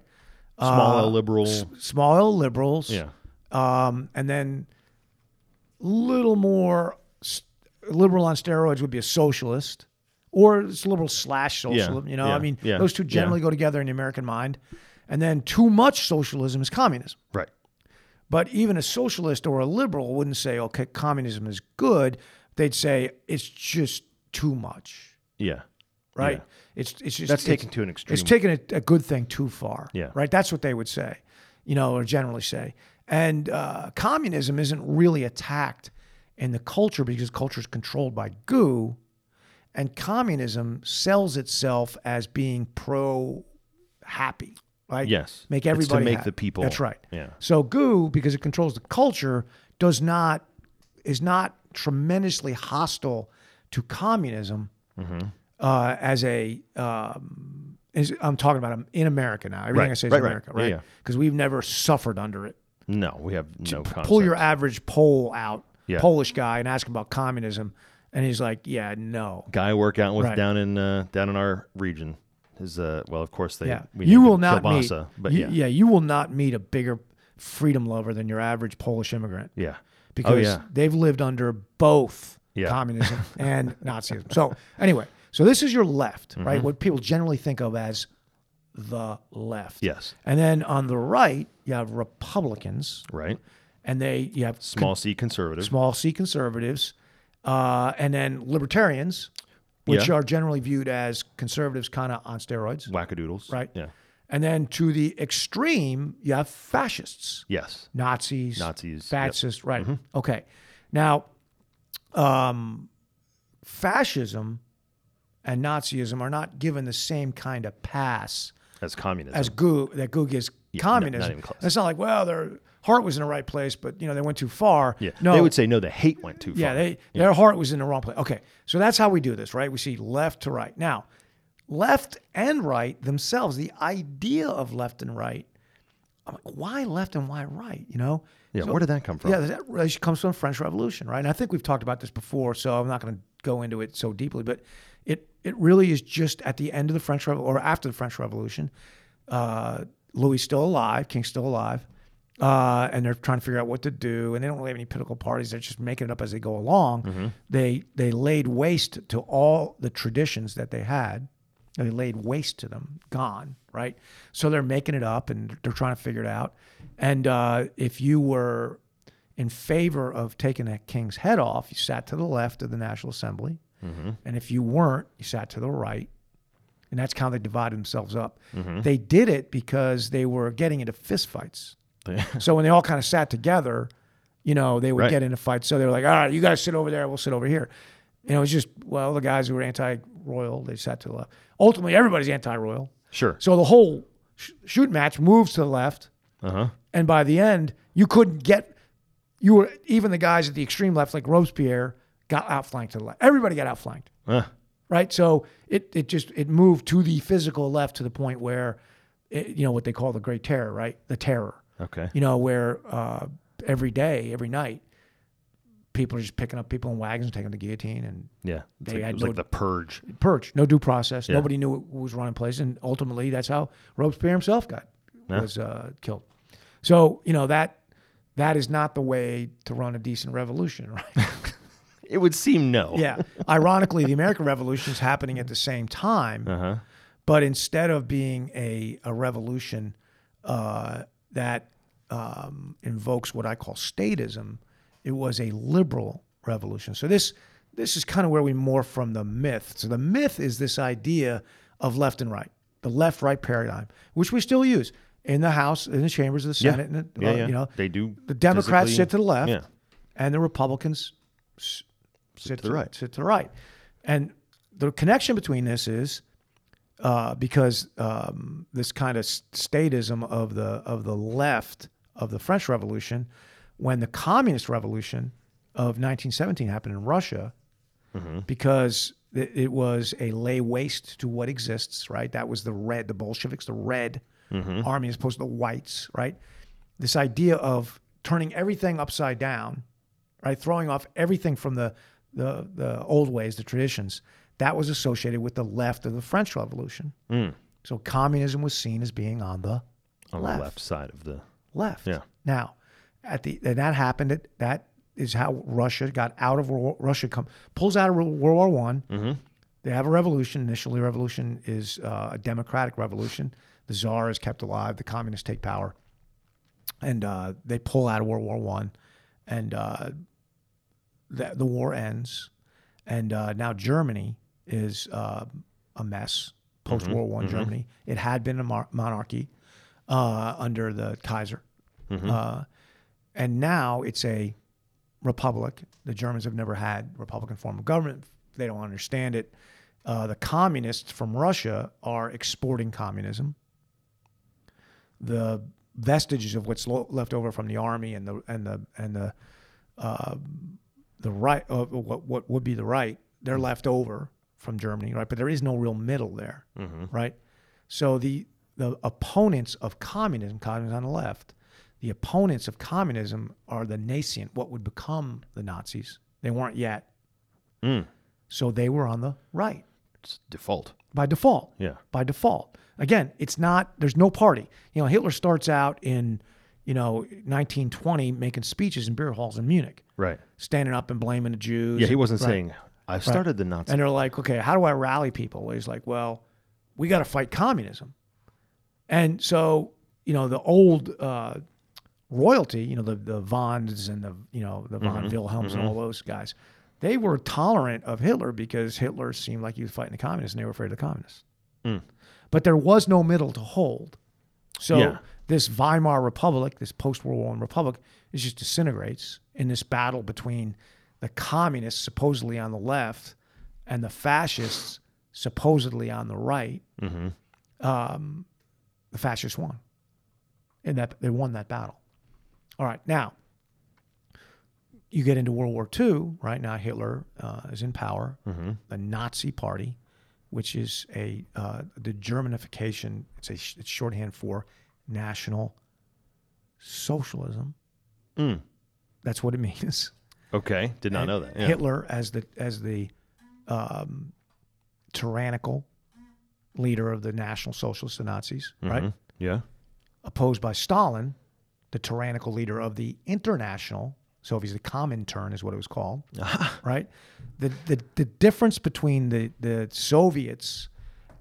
Speaker 1: Ah,
Speaker 2: Small L liberal.
Speaker 1: s- small L liberals.
Speaker 2: yeah.
Speaker 1: Um, and then a little more s- liberal on steroids would be a socialist or it's liberal slash socialism. You know,
Speaker 2: yeah,
Speaker 1: I mean,
Speaker 2: yeah,
Speaker 1: those two generally
Speaker 2: yeah.
Speaker 1: go together in the American mind. And then too much socialism is communism.
Speaker 2: Right.
Speaker 1: But even a socialist or a liberal wouldn't say, okay, communism is good. They'd say it's just too much,
Speaker 2: Yeah.
Speaker 1: right?
Speaker 2: Yeah.
Speaker 1: It's it's just
Speaker 2: That's
Speaker 1: it's-
Speaker 2: taken to an
Speaker 1: It's
Speaker 2: extreme.
Speaker 1: taking a, a good thing too far,
Speaker 2: Yeah.
Speaker 1: right? That's what they would say, you know, or generally say. And uh, communism isn't really attacked in the culture because culture is controlled by goo, and communism sells itself as being pro happy, right?
Speaker 2: Yes.
Speaker 1: make
Speaker 2: It's to
Speaker 1: everybody
Speaker 2: make
Speaker 1: happy.
Speaker 2: the people-
Speaker 1: That's right.
Speaker 2: yeah.
Speaker 1: So goo, because it controls the culture, does not is not tremendously hostile to communism
Speaker 2: Mm-hmm.
Speaker 1: uh, as a. Um, is, I'm talking about um, in America now. Everything
Speaker 2: Right,
Speaker 1: I say is
Speaker 2: right, right.
Speaker 1: America,
Speaker 2: Yeah,
Speaker 1: right?
Speaker 2: yeah.
Speaker 1: Because we've never suffered under it.
Speaker 2: No, we have no concept.
Speaker 1: Pull your average Pole out,
Speaker 2: Yeah.
Speaker 1: Polish guy, and ask him about communism, and he's like, "Yeah, no,
Speaker 2: guy I work out with
Speaker 1: Right.
Speaker 2: down in uh, down in our region is uh well of course they
Speaker 1: yeah,
Speaker 2: we
Speaker 1: you
Speaker 2: named
Speaker 1: will
Speaker 2: it
Speaker 1: not
Speaker 2: kielbasa,
Speaker 1: meet,
Speaker 2: but
Speaker 1: you-
Speaker 2: yeah
Speaker 1: yeah, you will not meet a bigger freedom lover than your average Polish immigrant."
Speaker 2: yeah
Speaker 1: because
Speaker 2: Oh, yeah.
Speaker 1: they've lived under both
Speaker 2: Yeah.
Speaker 1: communism and Nazism. So anyway, so this is your left,
Speaker 2: Mm-hmm.
Speaker 1: right? What people generally think of as the left.
Speaker 2: Yes.
Speaker 1: And then on the right, you have Republicans,
Speaker 2: right
Speaker 1: and they you have
Speaker 2: small C conservative
Speaker 1: small c conservatives, uh, and then libertarians, which
Speaker 2: Yeah.
Speaker 1: are generally viewed as conservatives, kind of on steroids,
Speaker 2: wackadoodles
Speaker 1: right?
Speaker 2: yeah
Speaker 1: And then to the extreme, you have fascists.
Speaker 2: yes
Speaker 1: Nazis,
Speaker 2: Nazis, yep. Mm-hmm.
Speaker 1: fascists, right? Okay, now, um, fascism and Nazism are not given the same kind of pass
Speaker 2: as communism
Speaker 1: as goo that goo gives
Speaker 2: no- not
Speaker 1: communism.
Speaker 2: even close.
Speaker 1: It's not like well, their heart was in the right place, but you know they went too far.
Speaker 2: yeah
Speaker 1: no,
Speaker 2: they would say no the hate went too far
Speaker 1: yeah, they, their heart was in the wrong place. Okay, so that's how we do this, right? We see left to right. Now, left and right themselves, the idea of left and right, I'm like, why left and why right? You know?
Speaker 2: yeah where did that come from
Speaker 1: Yeah, that relation comes from the French Revolution, right? And I think we've talked about this before, so I'm not going to go into it so deeply, but it it really is just at the end of the French Revo- or after the French Revolution, uh, Louis still alive, King's still alive, uh, and they're trying to figure out what to do, and they don't really have any political parties. They're just making it up as they go along.
Speaker 2: Mm-hmm.
Speaker 1: They they laid waste to all the traditions that they had. They laid waste to them, gone, right? So they're making it up and they're trying to figure it out. And uh, if you were in favor of taking that king's head off, you sat to the left of the National Assembly. And if you weren't, you sat to the right. And that's how they divided themselves up. They did it because they were getting into fistfights. so when they all kind of sat together, you know, they would
Speaker 2: Right.
Speaker 1: get into fights. So they were like, all right, you guys sit over there, we'll sit over here. You know, it's just, well, the guys who were anti royal, they sat to the left. Ultimately, everybody's anti royal.
Speaker 2: sure
Speaker 1: So the whole sh- shoot match moves to the left.
Speaker 2: uh-huh
Speaker 1: And by the end, you couldn't get, you were, even the guys at the extreme left, like Robespierre, got outflanked to the left. Everybody got outflanked,
Speaker 2: Uh,
Speaker 1: right? So it, it just, it moved to the physical left to the point where, it, you know, what they call the Great Terror, right? The terror,
Speaker 2: okay
Speaker 1: you know, where uh, every day, every night, people are just picking up people in wagons and taking them to guillotine and
Speaker 2: yeah
Speaker 1: They
Speaker 2: it's like, it
Speaker 1: had
Speaker 2: was
Speaker 1: no-
Speaker 2: like the purge
Speaker 1: purge, no due process. Nobody knew who was running place, and ultimately, that's how Robespierre himself got was uh, killed. So you know that that is not the way to run a decent revolution, right?
Speaker 2: it would seem no
Speaker 1: yeah. Ironically, the American Revolution is happening at the same time,
Speaker 2: Uh-huh.
Speaker 1: but instead of being a a revolution uh, that um, invokes what I call statism, it was a liberal revolution. So this this is kind of where we morph from the myth. So the myth is this idea of left and right, the left right paradigm, which we still use in the House, in the chambers of the
Speaker 2: Yeah.
Speaker 1: Senate, and the, uh,
Speaker 2: Yeah, yeah.
Speaker 1: you know
Speaker 2: They do
Speaker 1: The Democrats
Speaker 2: physically-
Speaker 1: sit to the left,
Speaker 2: Yeah.
Speaker 1: and the Republicans s- sit,
Speaker 2: to the right.
Speaker 1: Sit to the right, and the connection between this is uh, because um, this kind of s- statism of the of the left of the French Revolution, when the Communist Revolution of 1917 happened in Russia, because it, it was a lay waste to what exists. Right, that was the red, the Bolsheviks, the red army as opposed to the whites. Right, this idea of turning everything upside down, right, throwing off everything from the the the old ways, the traditions. That was associated with the left of the French Revolution. So communism was seen as being on the
Speaker 2: on
Speaker 1: Left.
Speaker 2: the left side of the.
Speaker 1: left.
Speaker 2: Yeah.
Speaker 1: Now, at the and that happened. That that is how Russia got out of World War, Russia. Come pulls out of World War One. They have a revolution. Initially, revolution is uh, a democratic revolution. The czar is kept alive. The communists take power, and uh, they pull out of World War One, and uh, the, the war ends. And uh, now Germany is uh, a mess. Post World War One Germany. It had been a mar- monarchy uh, under the Kaiser. Uh, and now it's a republic. The Germans have never had republican form of government. They don't understand it. Uh, the communists from Russia are exporting communism. The vestiges of what's lo- left over from the army and the and the and the uh, the right of what what would be the right they're left over from Germany, right? But there is no real middle there, right? So the the opponents of communism, communism on the left, the opponents of communism are the nascent, what would become the Nazis. They weren't yet, so they were on the right
Speaker 2: It's default.
Speaker 1: by default.
Speaker 2: Yeah.
Speaker 1: By default. Again, it's not, there's no party. You know, Hitler starts out in, you know, 1920 making speeches in beer halls in Munich,
Speaker 2: Right.
Speaker 1: standing up and blaming the Jews.
Speaker 2: Yeah, he wasn't
Speaker 1: Right.
Speaker 2: saying I started the Nazi.
Speaker 1: And they're like, okay, how do I rally people? He's like, well, we got to fight communism. And so, you know, the old uh, royalty, you know, the the Vons and the you know the von Wilhelms and all those guys, they were tolerant of Hitler because Hitler seemed like he was fighting the communists, and they were afraid of the communists. But there was no middle to hold. So
Speaker 2: Yeah.
Speaker 1: this Weimar Republic, this post World War One republic, it just disintegrates in this battle between the communists supposedly on the left and the fascists supposedly on the right. Um, the fascists won, and that they won that battle. All right, now you get into World War II. Right now, Hitler uh, is in power.
Speaker 2: Mm-hmm.
Speaker 1: The Nazi Party, which is a uh, the Germanification, it's a sh- it's shorthand for National Socialism.
Speaker 2: Mm.
Speaker 1: That's what it means.
Speaker 2: Okay, did not know that. Yeah.
Speaker 1: Hitler as the as the um, tyrannical leader of the National Socialists, the Nazis,
Speaker 2: Mm-hmm.
Speaker 1: right?
Speaker 2: Yeah.
Speaker 1: Opposed by Stalin, the tyrannical leader of the International. So if he's the Comintern is what it was called, right? The, the the difference between the the Soviets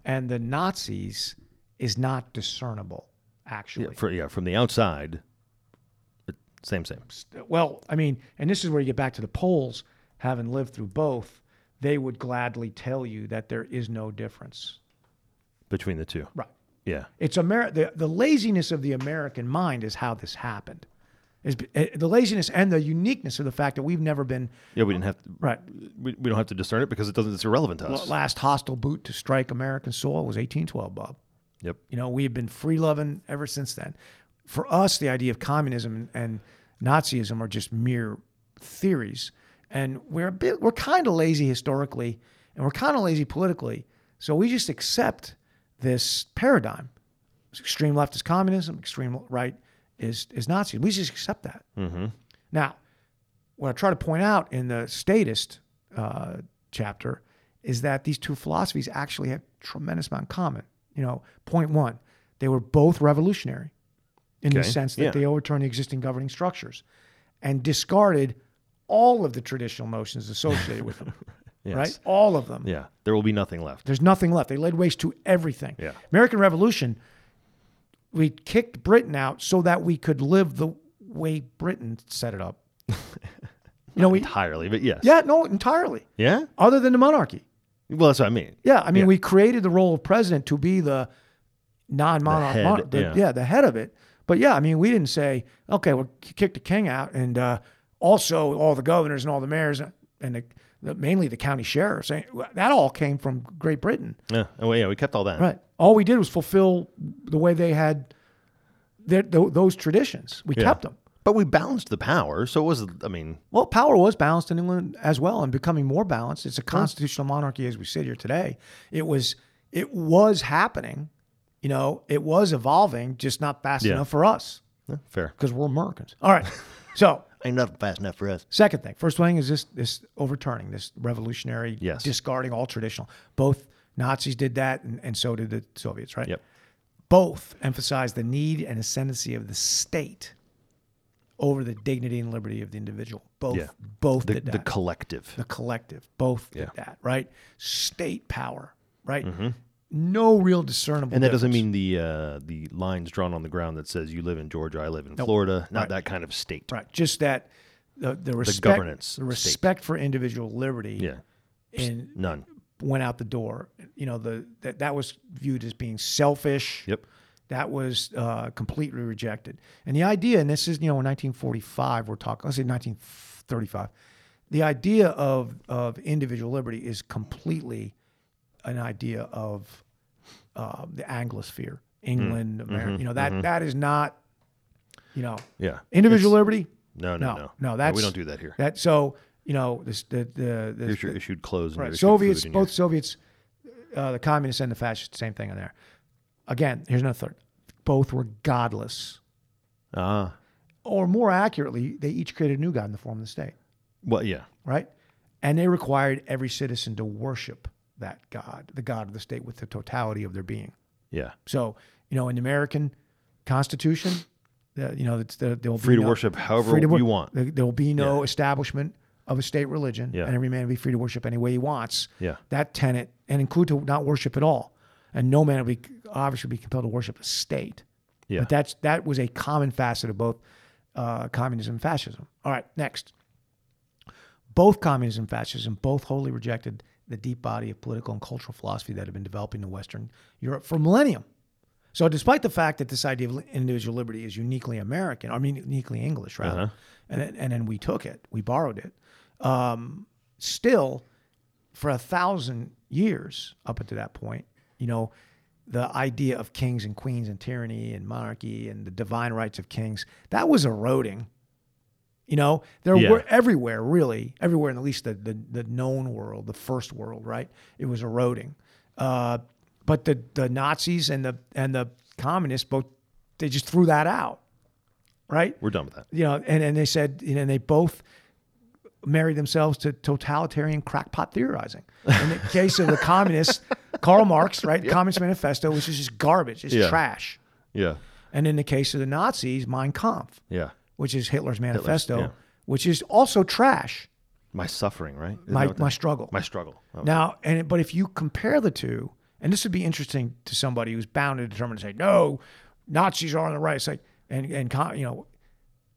Speaker 1: and the Nazis is not discernible, actually.
Speaker 2: Yeah, for, yeah, from the outside, it- same, same.
Speaker 1: well, I mean, and this is where you get back to the polls, having lived through both, they would gladly tell you that there is no difference.
Speaker 2: Between the two.
Speaker 1: Right.
Speaker 2: Yeah.
Speaker 1: It's Ameri- the, the laziness of the American mind is how this happened. Is the laziness and the uniqueness of the fact that we've never been
Speaker 2: Yeah, we didn't have to,
Speaker 1: right.
Speaker 2: we, we don't have to discern it because it doesn't it's irrelevant to us.
Speaker 1: Last hostile boot to strike American soil was 1812, Bob.
Speaker 2: Yep.
Speaker 1: You know, we have been free loving ever since then. For us, the idea of communism and Nazism are just mere theories, and we're a bit we're kind of lazy historically, and we're kind of lazy politically. So we just accept this paradigm: extreme left is communism, extreme right is is Nazi. We just accept that. Now, what I try to point out in the statist uh, chapter is that these two philosophies actually have tremendous amount in common. You know, point one, they were both revolutionary in the
Speaker 2: Okay,
Speaker 1: sense that
Speaker 2: yeah.
Speaker 1: they overturned the existing governing structures and discarded all of the traditional notions associated with them. Right? All of them.
Speaker 2: Yeah. There will be nothing left.
Speaker 1: There's nothing left. They laid waste to everything.
Speaker 2: Yeah.
Speaker 1: American Revolution, we kicked Britain out so that we could live the way Britain set it up. you know, we
Speaker 2: Entirely, but yes.
Speaker 1: yeah, no, entirely.
Speaker 2: Yeah?
Speaker 1: Other than the monarchy.
Speaker 2: Well, that's what I mean.
Speaker 1: Yeah, I mean,
Speaker 2: Yeah.
Speaker 1: we created the role of president to be the non-monarch,
Speaker 2: The head,
Speaker 1: mon- the-
Speaker 2: yeah.
Speaker 1: yeah. the head of it. But yeah, I mean, we didn't say, okay, we'll k- kick the king out, and uh, also all the governors and all the mayors and the, the, mainly the county sheriffs. eh, That all came from Great Britain.
Speaker 2: Yeah. Oh, yeah, we kept all that.
Speaker 1: Right. All we did was fulfill the way they had their, th- those traditions. We kept them.
Speaker 2: But we balanced the power, so it was I mean,
Speaker 1: Well, power was balanced in England as well, and becoming more balanced. It's a constitutional monarchy as we sit here today. It was it was happening, you know. It was evolving, just not fast
Speaker 2: Yeah.
Speaker 1: enough for us
Speaker 2: yeah, fair.
Speaker 1: because we're Americans. All right. so
Speaker 2: Ain't nothing fast enough for us.
Speaker 1: Second thing, first thing is this this overturning, this revolutionary
Speaker 2: Yes.
Speaker 1: discarding all traditional. Both Nazis did that, and, and so did the Soviets, right?
Speaker 2: Yep.
Speaker 1: Both emphasize the need and ascendancy of the state over the dignity and liberty of the individual. Both,
Speaker 2: Yeah.
Speaker 1: both
Speaker 2: The,
Speaker 1: did that.
Speaker 2: the collective.
Speaker 1: the collective. Both
Speaker 2: Yeah. Mm-hmm.
Speaker 1: did that, right? State power, right? No real discernible.
Speaker 2: and that doesn't
Speaker 1: difference.
Speaker 2: mean the uh, the lines drawn on the ground that says you live in Georgia, I live in Florida. Not that kind of state.
Speaker 1: right. Just that the, the respect,
Speaker 2: governance
Speaker 1: the
Speaker 2: state.
Speaker 1: respect for individual liberty,
Speaker 2: Yeah.
Speaker 1: and
Speaker 2: None.
Speaker 1: went out the door. You know, the that that was viewed as being selfish.
Speaker 2: Yep.
Speaker 1: That was uh, completely rejected. And the idea, and this is, you know, in 1945, we're talking, let's say 1935, the idea of, of individual liberty is completely an idea of uh, the Anglosphere, England, America. You know, that, that is not, you know,
Speaker 2: Yeah.
Speaker 1: individual liberty.
Speaker 2: No, no, no.
Speaker 1: that's
Speaker 2: we don't do that here.
Speaker 1: That so you know this the the, the,
Speaker 2: Here's your
Speaker 1: the-
Speaker 2: issued clothes. And
Speaker 1: right
Speaker 2: your
Speaker 1: Soviets
Speaker 2: issued food and
Speaker 1: both Soviets, uh, the communists and the fascists, same thing on there. Again, here's another third. Both were godless,
Speaker 2: your- Ah,
Speaker 1: or more accurately, they each created a new god in the form of the state,
Speaker 2: well, yeah,
Speaker 1: right? And they required every citizen to worship that god, the god of the state, with the totality of their being.
Speaker 2: yeah.
Speaker 1: So you know, in the American Constitution, the, you know, it's the, there will
Speaker 2: Free
Speaker 1: be
Speaker 2: to
Speaker 1: no-
Speaker 2: worship however
Speaker 1: free to wor-
Speaker 2: you want.
Speaker 1: There, there will be no establishment of a state religion,
Speaker 2: Yeah.
Speaker 1: and every man will be free to worship any way he wants.
Speaker 2: Yeah.
Speaker 1: That tenet, and include to not worship at all, and no man will be obviously be compelled to worship a state.
Speaker 2: Yeah.
Speaker 1: But that's that was a common facet of both uh, communism and fascism. All right, next. Both communism and fascism both wholly rejected the deep body of political and cultural philosophy that had been developing in Western Europe for millennium. So, despite the fact that this idea of individual liberty is uniquely American, I mean, uniquely English, rather,
Speaker 2: Uh-huh.
Speaker 1: and, then- and then we took it, we borrowed it, um, still, for a thousand years up until that point, you know, the idea of kings and queens and tyranny and monarchy and the divine rights of kings, that was eroding. You know, there
Speaker 2: Yeah.
Speaker 1: were everywhere, really, everywhere in at least the, the the known world, the first world, right? It was eroding. Uh, but the the Nazis and the and the communists both they just threw that out, right?
Speaker 2: We're done with that.
Speaker 1: You know, and and they said, you know, and they both married themselves to totalitarian crackpot theorizing. In the case of the communists, Karl Marx, right, Communist Manifesto, which is just garbage, it's
Speaker 2: Yeah.
Speaker 1: trash.
Speaker 2: Yeah,
Speaker 1: And in the case of the Nazis, Mein Kampf,
Speaker 2: yeah.
Speaker 1: which is Hitler's manifesto,
Speaker 2: yeah.
Speaker 1: which is also trash.
Speaker 2: My suffering, right? Isn't
Speaker 1: My,
Speaker 2: that what
Speaker 1: my
Speaker 2: that-
Speaker 1: struggle.
Speaker 2: my struggle. Oh,
Speaker 1: Now, and but if you compare the two, and this would be interesting to somebody who's bound to determine, say, no, Nazis are on the right. It's like, and and con- you know,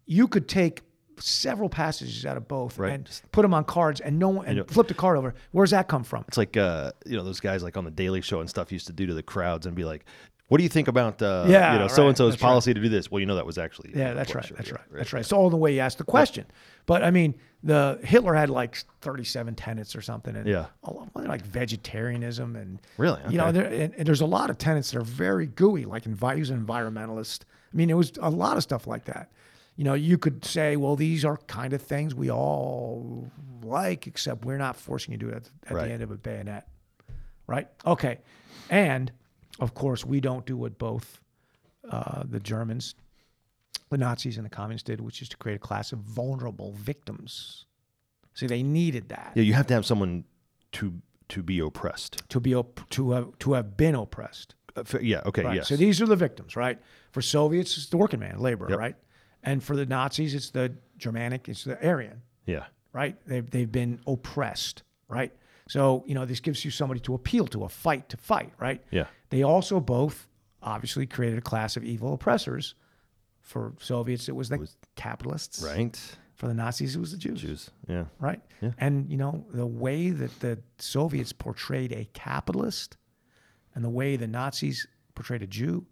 Speaker 1: you could take several passages out of both
Speaker 2: Right.
Speaker 1: and put them on cards, and no one and flip the card over. Where's that come from?
Speaker 2: It's like uh, you know those guys like on the Daily Show and stuff used to do to the crowds and be like, "What do you think about uh,
Speaker 1: Yeah,
Speaker 2: you know
Speaker 1: right.
Speaker 2: so and so's
Speaker 1: That's right.
Speaker 2: policy to do this?" Well, you know that was actually
Speaker 1: Yeah, that's right.
Speaker 2: Bullshit.
Speaker 1: That's
Speaker 2: Yeah,
Speaker 1: right. That's right. It's all the way you asked the question. But I mean, the Hitler had like 37 tenets or something, and
Speaker 2: Yeah.
Speaker 1: a lot- like vegetarianism and
Speaker 2: Really?
Speaker 1: you know,
Speaker 2: Okay.
Speaker 1: there, and, and there's a lot of tenets that are very gooey, like envi- he was an environmentalist. I mean, it was a lot of stuff like that. You know, you could say, well, these are kind of things we all like, except we're not forcing you to do it at, at
Speaker 2: Right.
Speaker 1: the end of a bayonet, right? Okay, and of course, we don't do what both uh, the Germans the Nazis and the communists did, which is to create a class of vulnerable victims. See, they needed that
Speaker 2: Yeah, you have to have someone to to be oppressed.
Speaker 1: to be op- to have to have been oppressed.
Speaker 2: Uh, f- yeah. Okay.
Speaker 1: Right.
Speaker 2: Yes.
Speaker 1: So these are the victims, right? For Soviets, it's the working man, labor,
Speaker 2: Yep.
Speaker 1: right? And for the Nazis, it's the Germanic, it's the Aryan,
Speaker 2: yeah.
Speaker 1: right? They've they've been oppressed, right? So you know this gives you somebody to appeal to, a fight to fight, right?
Speaker 2: Yeah.
Speaker 1: They also both obviously created a class of evil oppressors. For Soviets, it was the capitalists.
Speaker 2: Right.
Speaker 1: For the Nazis, it was the
Speaker 2: Jews. Yeah.
Speaker 1: right? And you know the way that the Soviets portrayed a capitalist, and the way the Nazis portrayed a Jew,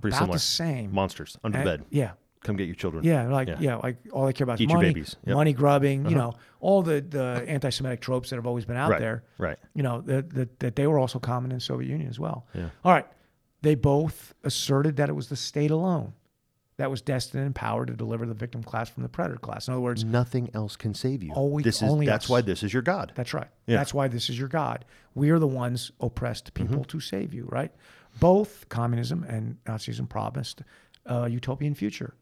Speaker 2: Pretty
Speaker 1: about
Speaker 2: similar.
Speaker 1: the same.
Speaker 2: Monsters under
Speaker 1: And-
Speaker 2: bed.
Speaker 1: Yeah,
Speaker 2: Come get your children.
Speaker 1: yeah, like yeah.
Speaker 2: Yeah.
Speaker 1: like all they care about
Speaker 2: Eat
Speaker 1: is
Speaker 2: your
Speaker 1: money,
Speaker 2: babies. Yep. Uh-huh.
Speaker 1: money grubbing. You know all the the anti-Semitic tropes that have always been out
Speaker 2: Right.
Speaker 1: there.
Speaker 2: Right.
Speaker 1: You know that that that they were also common in the Soviet Union as well. Yeah. All right, they both asserted that it was the state alone that was destined and powered to deliver the victim class from the predator class. In other words,
Speaker 2: Nothing else can save you.
Speaker 1: Always-
Speaker 2: this is
Speaker 1: only
Speaker 2: that's
Speaker 1: us.
Speaker 2: why this is your God.
Speaker 1: That's right.
Speaker 2: Yeah.
Speaker 1: That's why this is your God. We are the ones oppressed people to save you, right? Both communism and Nazism promised a utopian future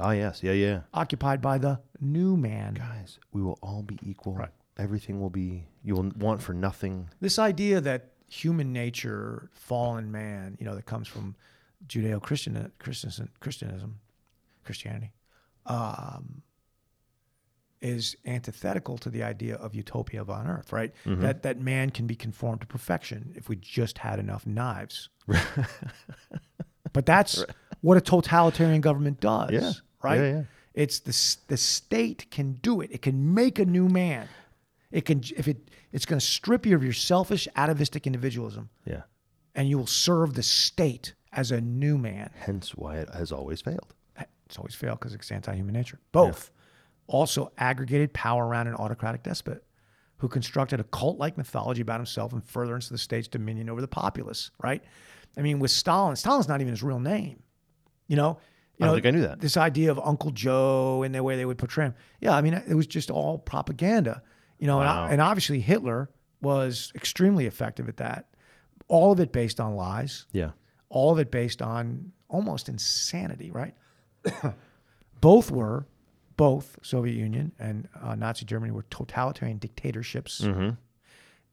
Speaker 2: Ah, yes. Yeah. Yeah.
Speaker 1: occupied by the new man.
Speaker 2: Guys, we will all be equal.
Speaker 1: Right.
Speaker 2: Everything will be. You will want for nothing.
Speaker 1: This idea that human nature, fallen man, you know, that comes from Judeo-Christian Christianism, Christianism Christianity, um, is antithetical to the idea of utopia on earth, right?
Speaker 2: Mm-hmm.
Speaker 1: That that man can be conformed to perfection if we just had enough knives. but that's what a totalitarian government does,
Speaker 2: Yeah.
Speaker 1: right?
Speaker 2: Yeah, yeah.
Speaker 1: It's the s- the state can do it. It can make a new man. It can if it it's going to strip you of your selfish, atavistic individualism,
Speaker 2: Yeah.
Speaker 1: and you will serve the state as a new man.
Speaker 2: Hence why it has always failed.
Speaker 1: It's always failed because it's anti-human nature. Both also aggregated power around an autocratic despot who constructed a cult-like mythology about himself in furtherance of the state's dominion over the populace. Right? I mean, with Stalin, Stalin's not even his real name. You know. You
Speaker 2: I don't
Speaker 1: know,
Speaker 2: think I knew that.
Speaker 1: This idea of Uncle Joe and the way they would portray him. Yeah, I mean, it was just all propaganda. You know, and
Speaker 2: Wow.
Speaker 1: and, and obviously Hitler was extremely effective at that. All of it based on lies
Speaker 2: Yeah.
Speaker 1: all of it based on almost insanity, right? both were, both Soviet Union and uh, Nazi Germany were totalitarian dictatorships
Speaker 2: Mm-hmm.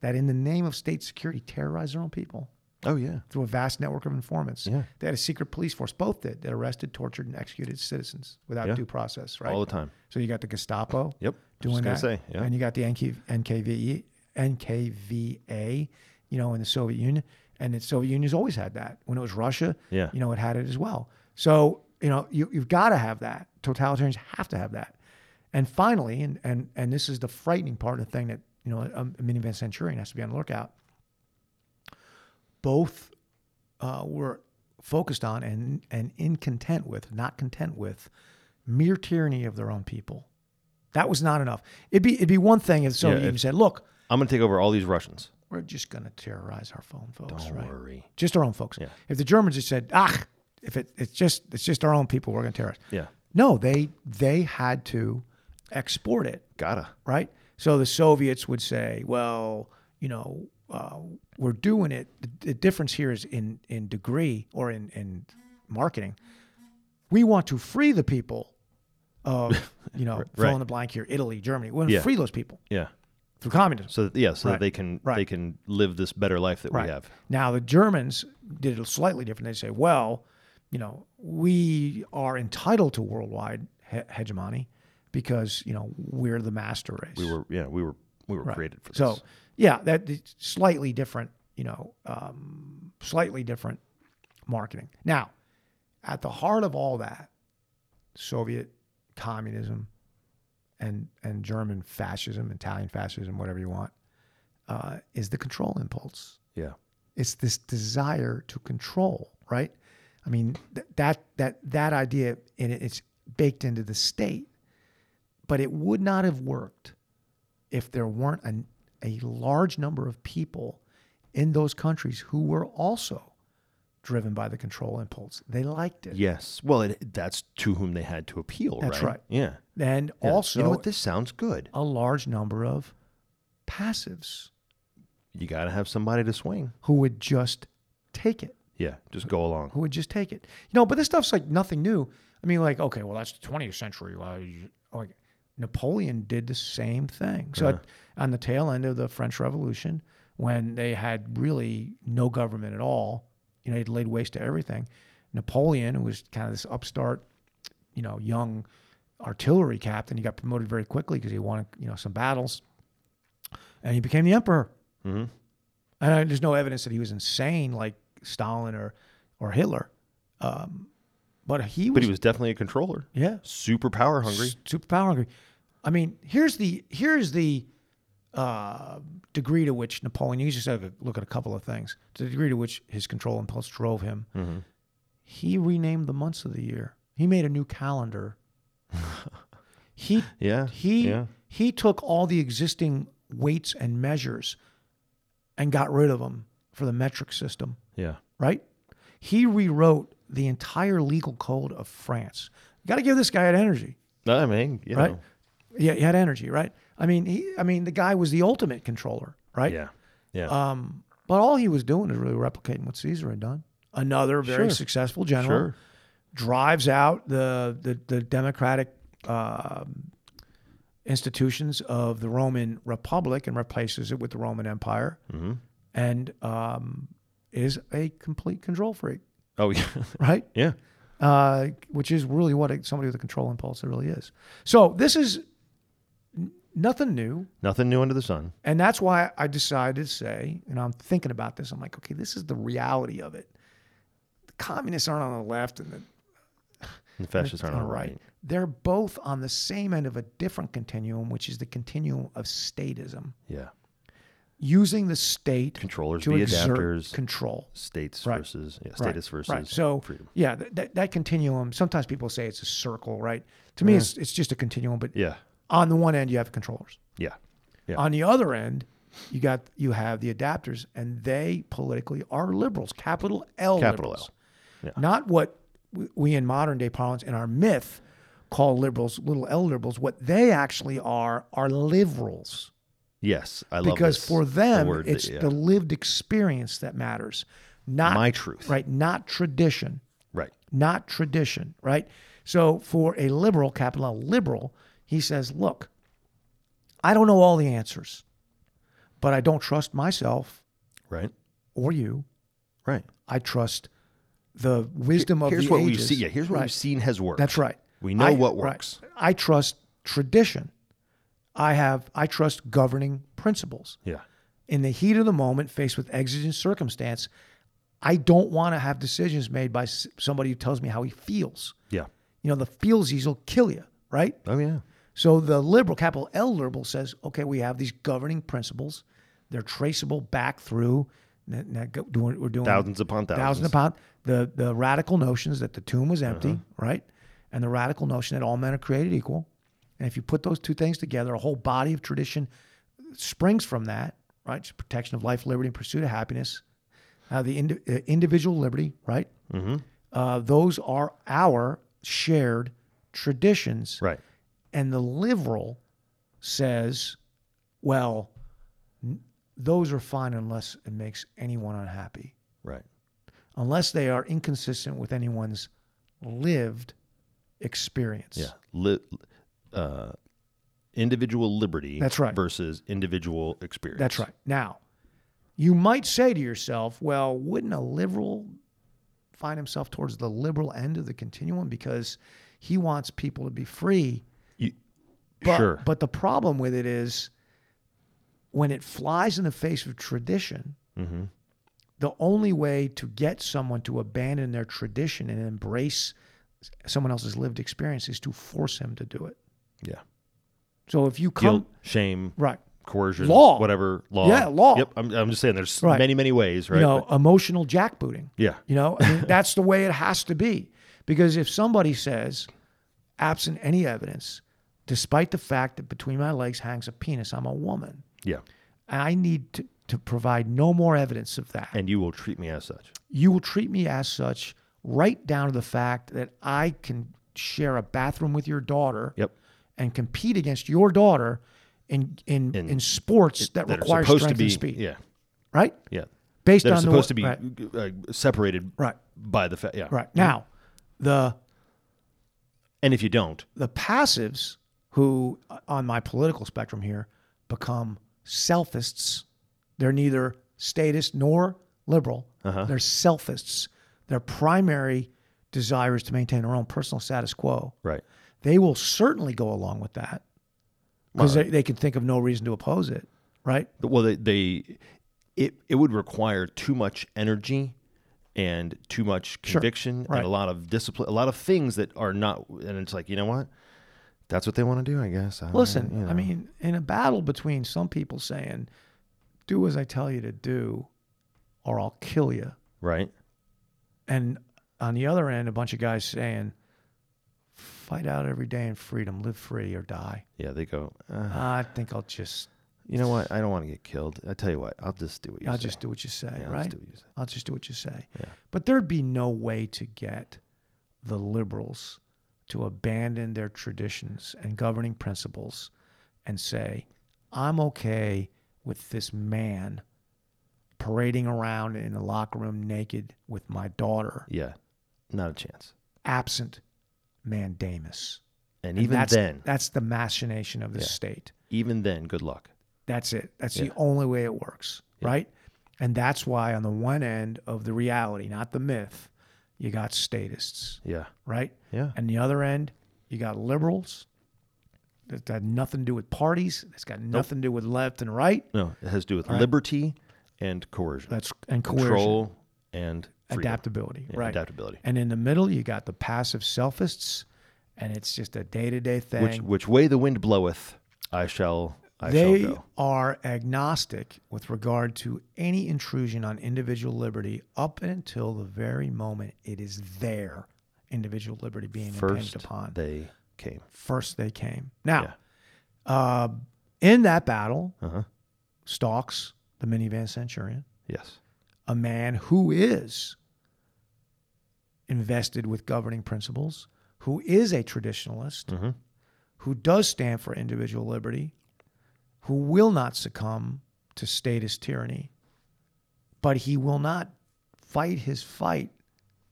Speaker 1: that, in the name of state security, terrorized their own people
Speaker 2: Oh yeah.
Speaker 1: through a vast network of informants.
Speaker 2: Yeah.
Speaker 1: They had a secret police force, both did, that arrested, tortured, and executed citizens without
Speaker 2: Yeah.
Speaker 1: due process, right?
Speaker 2: All the time.
Speaker 1: So you got the Gestapo.
Speaker 2: Yep. I was
Speaker 1: Doing that.
Speaker 2: just gonna say, yeah.
Speaker 1: And you got the NK, NKVE, NKVA, you know, in the Soviet Union. And the Soviet Union's always had that. When it was Russia,
Speaker 2: Yeah.
Speaker 1: you know, it had it as well. So, you know, you, you've got to have that. Totalitarians have to have that. And finally, and, and, and this is the frightening part of the thing that, you know, um, a, a minivan centurion has to be on the lookout. Both uh, were focused on and and in content with, not content with, mere tyranny of their own people. That was not enough. It'd be it'd be one thing if Soviet
Speaker 2: Yeah,
Speaker 1: Union
Speaker 2: if-
Speaker 1: said, "Look,
Speaker 2: I'm gonna take over all these Russians.
Speaker 1: we're just going to terrorize our phone folks,
Speaker 2: Don't
Speaker 1: right?
Speaker 2: worry.
Speaker 1: Just our own folks."
Speaker 2: Yeah.
Speaker 1: If the Germans had said, "Ach, if it, it's just it's just our own people, we're going to terrorize."
Speaker 2: Yeah.
Speaker 1: No, they they had to export it
Speaker 2: Gotta.
Speaker 1: right? So the Soviets would say, well, you know, uh, we're doing it. The, the difference here is in, in degree or in, in marketing. We want to free the people of, you know, fill in the blank here, Italy, Germany. We want to
Speaker 2: Yeah.
Speaker 1: free those people
Speaker 2: Yeah.
Speaker 1: through communism.
Speaker 2: So that, yeah, so
Speaker 1: Right.
Speaker 2: that they can they
Speaker 1: Right.
Speaker 2: can live this better life that
Speaker 1: Right.
Speaker 2: we have.
Speaker 1: Now the Germans did it slightly different. They say, well, you know, we are entitled to worldwide he- hegemony because, you know, we're the master race.
Speaker 2: We were yeah we were we were
Speaker 1: Right.
Speaker 2: created for this.
Speaker 1: So yeah, that it's slightly different, you know, um, slightly different marketing. Now, at the heart of all that, Soviet communism and and German fascism, Italian fascism, whatever you want, uh, is the control impulse.
Speaker 2: yeah.
Speaker 1: It's this desire to control, right? I mean, th- that that that idea in it, it's baked into the state, but it would not have worked if there weren't an, a large number of people in those countries who were also driven by the control impulse. They liked it,
Speaker 2: Yes. Well, it, that's to whom they had to appeal.
Speaker 1: That's right.
Speaker 2: Yeah.
Speaker 1: and
Speaker 2: Yeah.
Speaker 1: also
Speaker 2: you know what? This sounds good.
Speaker 1: a large number of passives
Speaker 2: You got to have somebody to swing.
Speaker 1: who would just take it.
Speaker 2: Yeah. Just go along.
Speaker 1: who would just take it. You know, but this stuff's like nothing new. I mean, like, okay, well, that's the 20th century. Well, you- like, Napoleon did the same thing. So, at- on the tail end of the French Revolution, when they had really no government at all, you know, he'd laid waste to everything. Napoleon, who was kind of this upstart, you know, young artillery captain, he got promoted very quickly because he won, you know, some battles, and he became the emperor.
Speaker 2: Mm-hmm.
Speaker 1: And I, there's no evidence that he was insane like Stalin or or Hitler. Um, but he was,
Speaker 2: But he was definitely a controller.
Speaker 1: yeah,
Speaker 2: Super power hungry.
Speaker 1: super power hungry. I mean, here's the here's the uh, degree to which Napoleon. You just have to look at a couple of things. To the degree to which his control impulse drove him,
Speaker 2: Mm-hmm.
Speaker 1: he renamed the months of the year. He made a new calendar. he
Speaker 2: Yeah,
Speaker 1: he
Speaker 2: yeah.
Speaker 1: he took all the existing weights and measures and got rid of them for the metric system
Speaker 2: Yeah.
Speaker 1: right? He rewrote the entire legal code of France. Got to give this guy an energy,
Speaker 2: I mean, you
Speaker 1: right?
Speaker 2: know.
Speaker 1: Yeah, he had energy, right? I mean, he, I mean, the guy was the ultimate controller, right? Um,
Speaker 2: Yeah. Yeah.
Speaker 1: Uh, But all he was doing is really replicating what Caesar had done. Another very successful general
Speaker 2: Sure.
Speaker 1: drives out the the, the democratic um
Speaker 2: Mm-hmm.
Speaker 1: institutions of the Roman Republic and replaces it with the Roman Empire. and um, is a complete control freak,
Speaker 2: Oh yeah,
Speaker 1: right?
Speaker 2: yeah.
Speaker 1: uh, which is really what a, somebody with a control impulse really is. So this is n- nothing new,
Speaker 2: Nothing new under the sun.
Speaker 1: and that's why I decided to say, and I'm thinking about this. I'm like, okay, this is the reality of it. The communists aren't on the left, and the
Speaker 2: The fascists aren't
Speaker 1: on
Speaker 2: all
Speaker 1: the
Speaker 2: right.
Speaker 1: They're both on the same end of a different continuum, which is the continuum of statism,
Speaker 2: Yeah,
Speaker 1: using the state
Speaker 2: Controllers
Speaker 1: to
Speaker 2: via
Speaker 1: exert
Speaker 2: adapters.
Speaker 1: control.
Speaker 2: states
Speaker 1: Right.
Speaker 2: versus yeah,
Speaker 1: Right,
Speaker 2: status versus
Speaker 1: right. So
Speaker 2: freedom.
Speaker 1: yeah, th- that that continuum. Sometimes people say it's a circle, right? To me, it's it's just a continuum. But
Speaker 2: Yeah,
Speaker 1: on the one end, you have controllers.
Speaker 2: yeah, yeah.
Speaker 1: On the other end, you got you have the adapters, and they politically are liberals, capital L,
Speaker 2: Capital
Speaker 1: liberals.
Speaker 2: L,
Speaker 1: not what we- we in modern day parlance in our myth call liberals, little L liberals. What they actually are are liberals
Speaker 2: yes, I love
Speaker 1: because
Speaker 2: this,
Speaker 1: for them
Speaker 2: word that-
Speaker 1: it's
Speaker 2: yeah.
Speaker 1: the lived experience that matters not
Speaker 2: My truth.
Speaker 1: right not tradition
Speaker 2: right.
Speaker 1: not tradition right so for a liberal capital L liberal he says look i don't know all the answers but i don't trust myself
Speaker 2: Right.
Speaker 1: or you
Speaker 2: Right.
Speaker 1: i trust the wisdom of
Speaker 2: here's
Speaker 1: the
Speaker 2: what we've
Speaker 1: ages
Speaker 2: seen. Yeah, here's what we've
Speaker 1: Right.
Speaker 2: seen has worked.
Speaker 1: That's right.
Speaker 2: We know
Speaker 1: I-
Speaker 2: what
Speaker 1: right.
Speaker 2: works.
Speaker 1: I trust tradition. I have I trust governing principles.
Speaker 2: Yeah.
Speaker 1: In the heat of the moment, faced with exigent circumstance, I don't want to have decisions made by s- somebody who tells me how he feels.
Speaker 2: Yeah.
Speaker 1: You know, the feelsies will kill you, right?
Speaker 2: Oh yeah.
Speaker 1: So the liberal, capital L liberal, says, okay, we have these governing principles. They're traceable back through. n- n- go- doing- We're doing
Speaker 2: Thousands upon thousands.
Speaker 1: Thousand upon the the radical notions that the tomb was empty,
Speaker 2: Uh-huh.
Speaker 1: right? And the radical notion that all men are created equal. And if you put those two things together, a whole body of tradition springs from that, right? It's protection of life, liberty, and pursuit of happiness. Uh, the indi- uh, individual liberty, right?
Speaker 2: Mm-hmm.
Speaker 1: Uh, those are our shared traditions.
Speaker 2: Right.
Speaker 1: And the liberal says, well, n- those are fine unless it makes anyone unhappy,
Speaker 2: Right.
Speaker 1: unless they are inconsistent with anyone's lived experience.
Speaker 2: Yeah. Li- uh, individual liberty.
Speaker 1: That's right.
Speaker 2: Versus individual experience.
Speaker 1: That's right. Now, you might say to yourself, well, wouldn't a liberal find himself towards the liberal end of the continuum because he wants people to be free?
Speaker 2: You-
Speaker 1: But,
Speaker 2: sure.
Speaker 1: But the problem with it is when it flies in the face of tradition,
Speaker 2: Mm-hmm.
Speaker 1: the only way to get someone to abandon their tradition and embrace someone else's lived experience is to force him to do it.
Speaker 2: yeah.
Speaker 1: So if you come,
Speaker 2: Guilt, shame,
Speaker 1: right.
Speaker 2: coercion,
Speaker 1: Law.
Speaker 2: whatever law.
Speaker 1: Yeah, law.
Speaker 2: Yep. I'm, I'm just saying. There's
Speaker 1: Right.
Speaker 2: many, many ways. Right.
Speaker 1: you know,
Speaker 2: But-
Speaker 1: emotional jackbooting.
Speaker 2: yeah.
Speaker 1: You know, I mean, that's the way it has to be. Because if somebody says, absent any evidence, despite the fact that between my legs hangs a penis, I'm a woman,
Speaker 2: Yeah.
Speaker 1: I need to, to provide no more evidence of that.
Speaker 2: And you will treat me as such.
Speaker 1: you will treat me as such, right down to the fact that I can share a bathroom with your daughter
Speaker 2: Yep.
Speaker 1: and compete against your daughter in, in, in, sports that,
Speaker 2: That are
Speaker 1: require
Speaker 2: supposed
Speaker 1: strength
Speaker 2: to be.
Speaker 1: and speed.
Speaker 2: Yeah.
Speaker 1: Right?
Speaker 2: Yeah.
Speaker 1: Based
Speaker 2: That
Speaker 1: on
Speaker 2: are
Speaker 1: the-
Speaker 2: supposed to be
Speaker 1: right.
Speaker 2: uh, separated.
Speaker 1: Right.
Speaker 2: By the fact. Yeah.
Speaker 1: Right. Now, the
Speaker 2: And if you don't,
Speaker 1: the passives who uh, on my political spectrum here become selfists they're neither statist nor liberal
Speaker 2: Uh-huh.
Speaker 1: they're selfists their primary desire is to maintain their own personal status quo
Speaker 2: right.
Speaker 1: they will certainly go along with that because they, they can think of no reason to oppose it right
Speaker 2: Well, they, they it it would require too much energy and too much conviction
Speaker 1: Right.
Speaker 2: and a lot of discipline, a lot of things that are not. And it's like you know what, that's what they want to do. I guess. I don't know,
Speaker 1: listen
Speaker 2: you know.
Speaker 1: i mean in a battle between some people saying do as i tell you to do or i'll kill you
Speaker 2: right?
Speaker 1: and on the other end, a bunch of guys saying, "Fight out every day in freedom, live free or die."
Speaker 2: Yeah, they go. Uh,
Speaker 1: I think I'll just
Speaker 2: you know what? I don't want to get killed. I tell you what, I'll just do what you
Speaker 1: I'll
Speaker 2: say.
Speaker 1: just do what you say,
Speaker 2: Yeah, I'll
Speaker 1: right?
Speaker 2: just do what you say.
Speaker 1: I'll just do what you say. But there'd be no way to get the liberals to abandon their traditions and governing principles and say, I'm okay with this man parading around in the locker room naked with my daughter,
Speaker 2: Yeah, not a chance.
Speaker 1: absent mandamus.
Speaker 2: And,
Speaker 1: And
Speaker 2: even
Speaker 1: that's,
Speaker 2: then,
Speaker 1: that's the machination of the state.
Speaker 2: even then, good luck.
Speaker 1: That's it. That's the only way it works, right? And that's why, on the one end of the reality, not the myth, you got statists,
Speaker 2: Yeah.
Speaker 1: right?
Speaker 2: Yeah.
Speaker 1: And the other end, you got liberals. That that had nothing to do with parties. It's got nothing to do with left and right.
Speaker 2: No, it has to do with liberty and coercion.
Speaker 1: That's and coercion,
Speaker 2: Control and freedom.
Speaker 1: adaptability,
Speaker 2: Yeah,
Speaker 1: right?
Speaker 2: Adaptability.
Speaker 1: And in the middle, you got the passive selfists, and it's just a day to day thing.
Speaker 2: Which which way the wind bloweth, I shall I
Speaker 1: they
Speaker 2: shall go.
Speaker 1: are agnostic with regard to any intrusion on individual liberty up until the very moment it is their individual liberty being
Speaker 2: First
Speaker 1: impinged upon.
Speaker 2: they came.
Speaker 1: First they came. Now, uh, in that battle,
Speaker 2: Uh-huh.
Speaker 1: stalks the minivan centurion,
Speaker 2: Yes.
Speaker 1: a man who is invested with governing principles, who is a traditionalist,
Speaker 2: Mhm.
Speaker 1: who does stand for individual liberty, who will not succumb to statist tyranny, but he will not fight his fight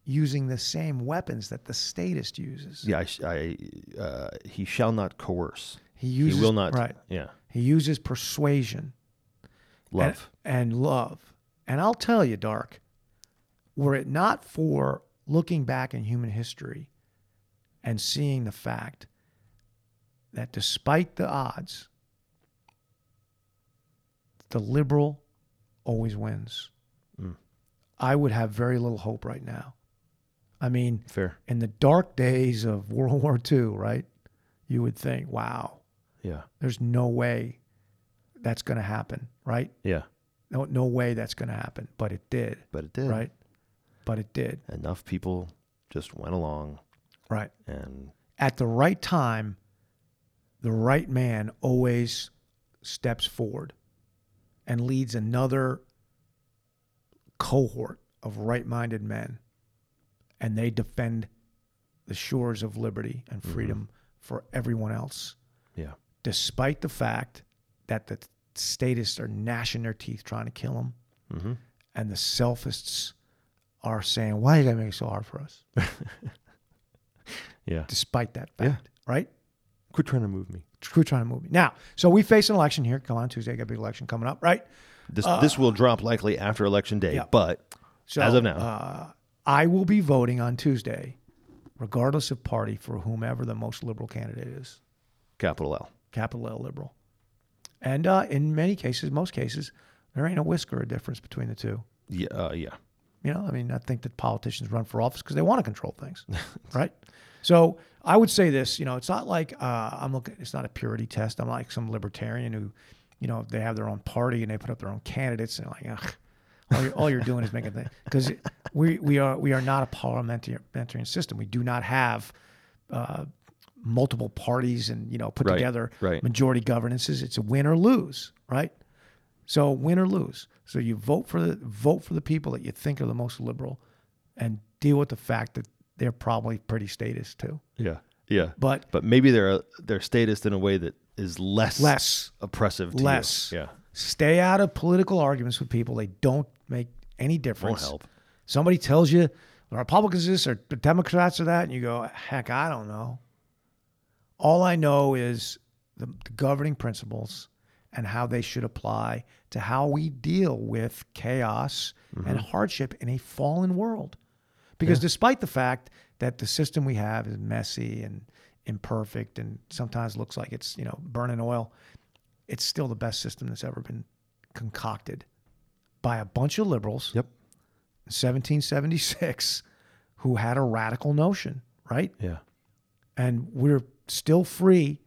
Speaker 1: using the same weapons that the statist uses.
Speaker 2: Yeah, I, sh- I uh, he shall not coerce.
Speaker 1: He uses
Speaker 2: he will not.
Speaker 1: right.
Speaker 2: Yeah.
Speaker 1: He uses persuasion and-
Speaker 2: Love.
Speaker 1: and, love. And I'll tell you, Dark, were it not for looking back in human history and seeing the fact that despite the odds, the liberal always wins,
Speaker 2: Mm.
Speaker 1: I would have very little hope right now. I mean,
Speaker 2: Fair.
Speaker 1: in the dark days of World War II, right? You would think, wow,
Speaker 2: Yeah.
Speaker 1: there's no way that's going to happen, right?
Speaker 2: Yeah.
Speaker 1: No, no way that's going to happen, but it did,
Speaker 2: But it did.
Speaker 1: right? But it did,
Speaker 2: Enough people just went along
Speaker 1: right?
Speaker 2: and
Speaker 1: At the right time, the right man always steps forward and leads another cohort of right-minded men, and they defend the shores of liberty and freedom for everyone else.
Speaker 2: yeah.
Speaker 1: despite the fact that the statists are gnashing their teeth trying to kill him,
Speaker 2: Mhm.
Speaker 1: and the selfists are saying, "Why did that make it so hard for us?"
Speaker 2: Yeah.
Speaker 1: Despite that fact,
Speaker 2: Yeah.
Speaker 1: right?
Speaker 2: Quit trying to move me.
Speaker 1: We're trying to move me now. So we face an election here. Come on, Tuesday, got a big election coming up, right?
Speaker 2: This this will drop likely after election day,
Speaker 1: Uh, yeah.
Speaker 2: but
Speaker 1: So
Speaker 2: As of now.
Speaker 1: uh, I will be voting on Tuesday, regardless of party, for whomever the most liberal candidate is.
Speaker 2: capital L.
Speaker 1: capital L liberal. And uh, in many cases, most cases, there ain't a whisker of difference between the two.
Speaker 2: Yeah. Uh, yeah.
Speaker 1: You know, I mean, I think that politicians run for office because they want to control things, right? So I would say this. You know, it's not like uh, I'm looking. It's not a purity test. I'm not like some libertarian who, you know, they have their own party and they put up their own candidates and like, Ugh, all, you're, all you're doing is making things because we we are we are not a parliamentarian system. We do not have. Uh, multiple parties and you know put
Speaker 2: Right,
Speaker 1: together
Speaker 2: right.
Speaker 1: majority governances it's a win or lose right so win or lose. So you vote for the vote for the people that you think are the most liberal, and deal with the fact that they're probably pretty statist too.
Speaker 2: Yeah. Yeah.
Speaker 1: But
Speaker 2: But maybe they're they're statist in a way that is less
Speaker 1: less,
Speaker 2: oppressive. To you.
Speaker 1: less.
Speaker 2: Yeah.
Speaker 1: Stay out of political arguments with people. They don't make any difference.
Speaker 2: help.
Speaker 1: Somebody tells you the Republicans this or the Democrats are that, and you go, heck, I don't know. All I know is the, the governing principles and how they should apply to how we deal with chaos and hardship in a fallen world. Because despite the fact that the system we have is messy and imperfect and sometimes looks like it's, you know, burning oil, it's still the best system that's ever been concocted by a bunch of liberals.
Speaker 2: Yep.
Speaker 1: 1776 who had a radical notion, right?
Speaker 2: Yeah.
Speaker 1: And we're still free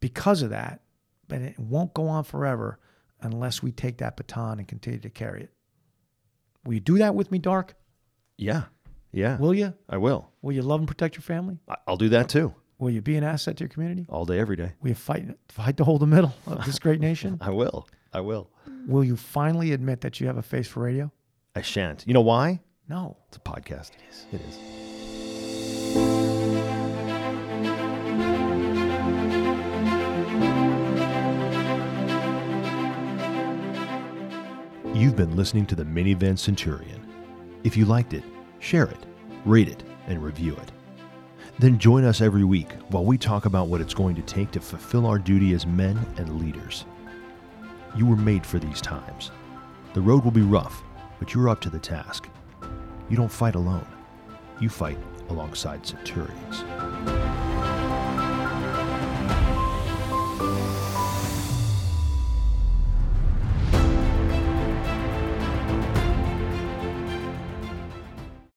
Speaker 1: because of that, but it won't go on forever unless we take that baton and continue to carry it. Will you do that with me, Dark?
Speaker 2: Yeah. Yeah.
Speaker 1: Will you?
Speaker 2: I will.
Speaker 1: Will you love and protect your family?
Speaker 2: I- I'll do that too.
Speaker 1: Will you be an asset to your community?
Speaker 2: All day, every day.
Speaker 1: Will you fight, fight to hold the middle of this great nation?
Speaker 2: I will. I will.
Speaker 1: Will you finally admit that you have a face for radio?
Speaker 2: I shan't. You know why?
Speaker 1: No.
Speaker 2: It's a podcast. It is. It is. You've been listening to the Minivan Centurion. If you liked it, share it, rate it, and review it. Then join us every week while we talk about what it's going to take to fulfill our duty as men and leaders. You were made for these times. The road will be rough, but you're up to the task. You don't fight alone, you fight alongside centurions.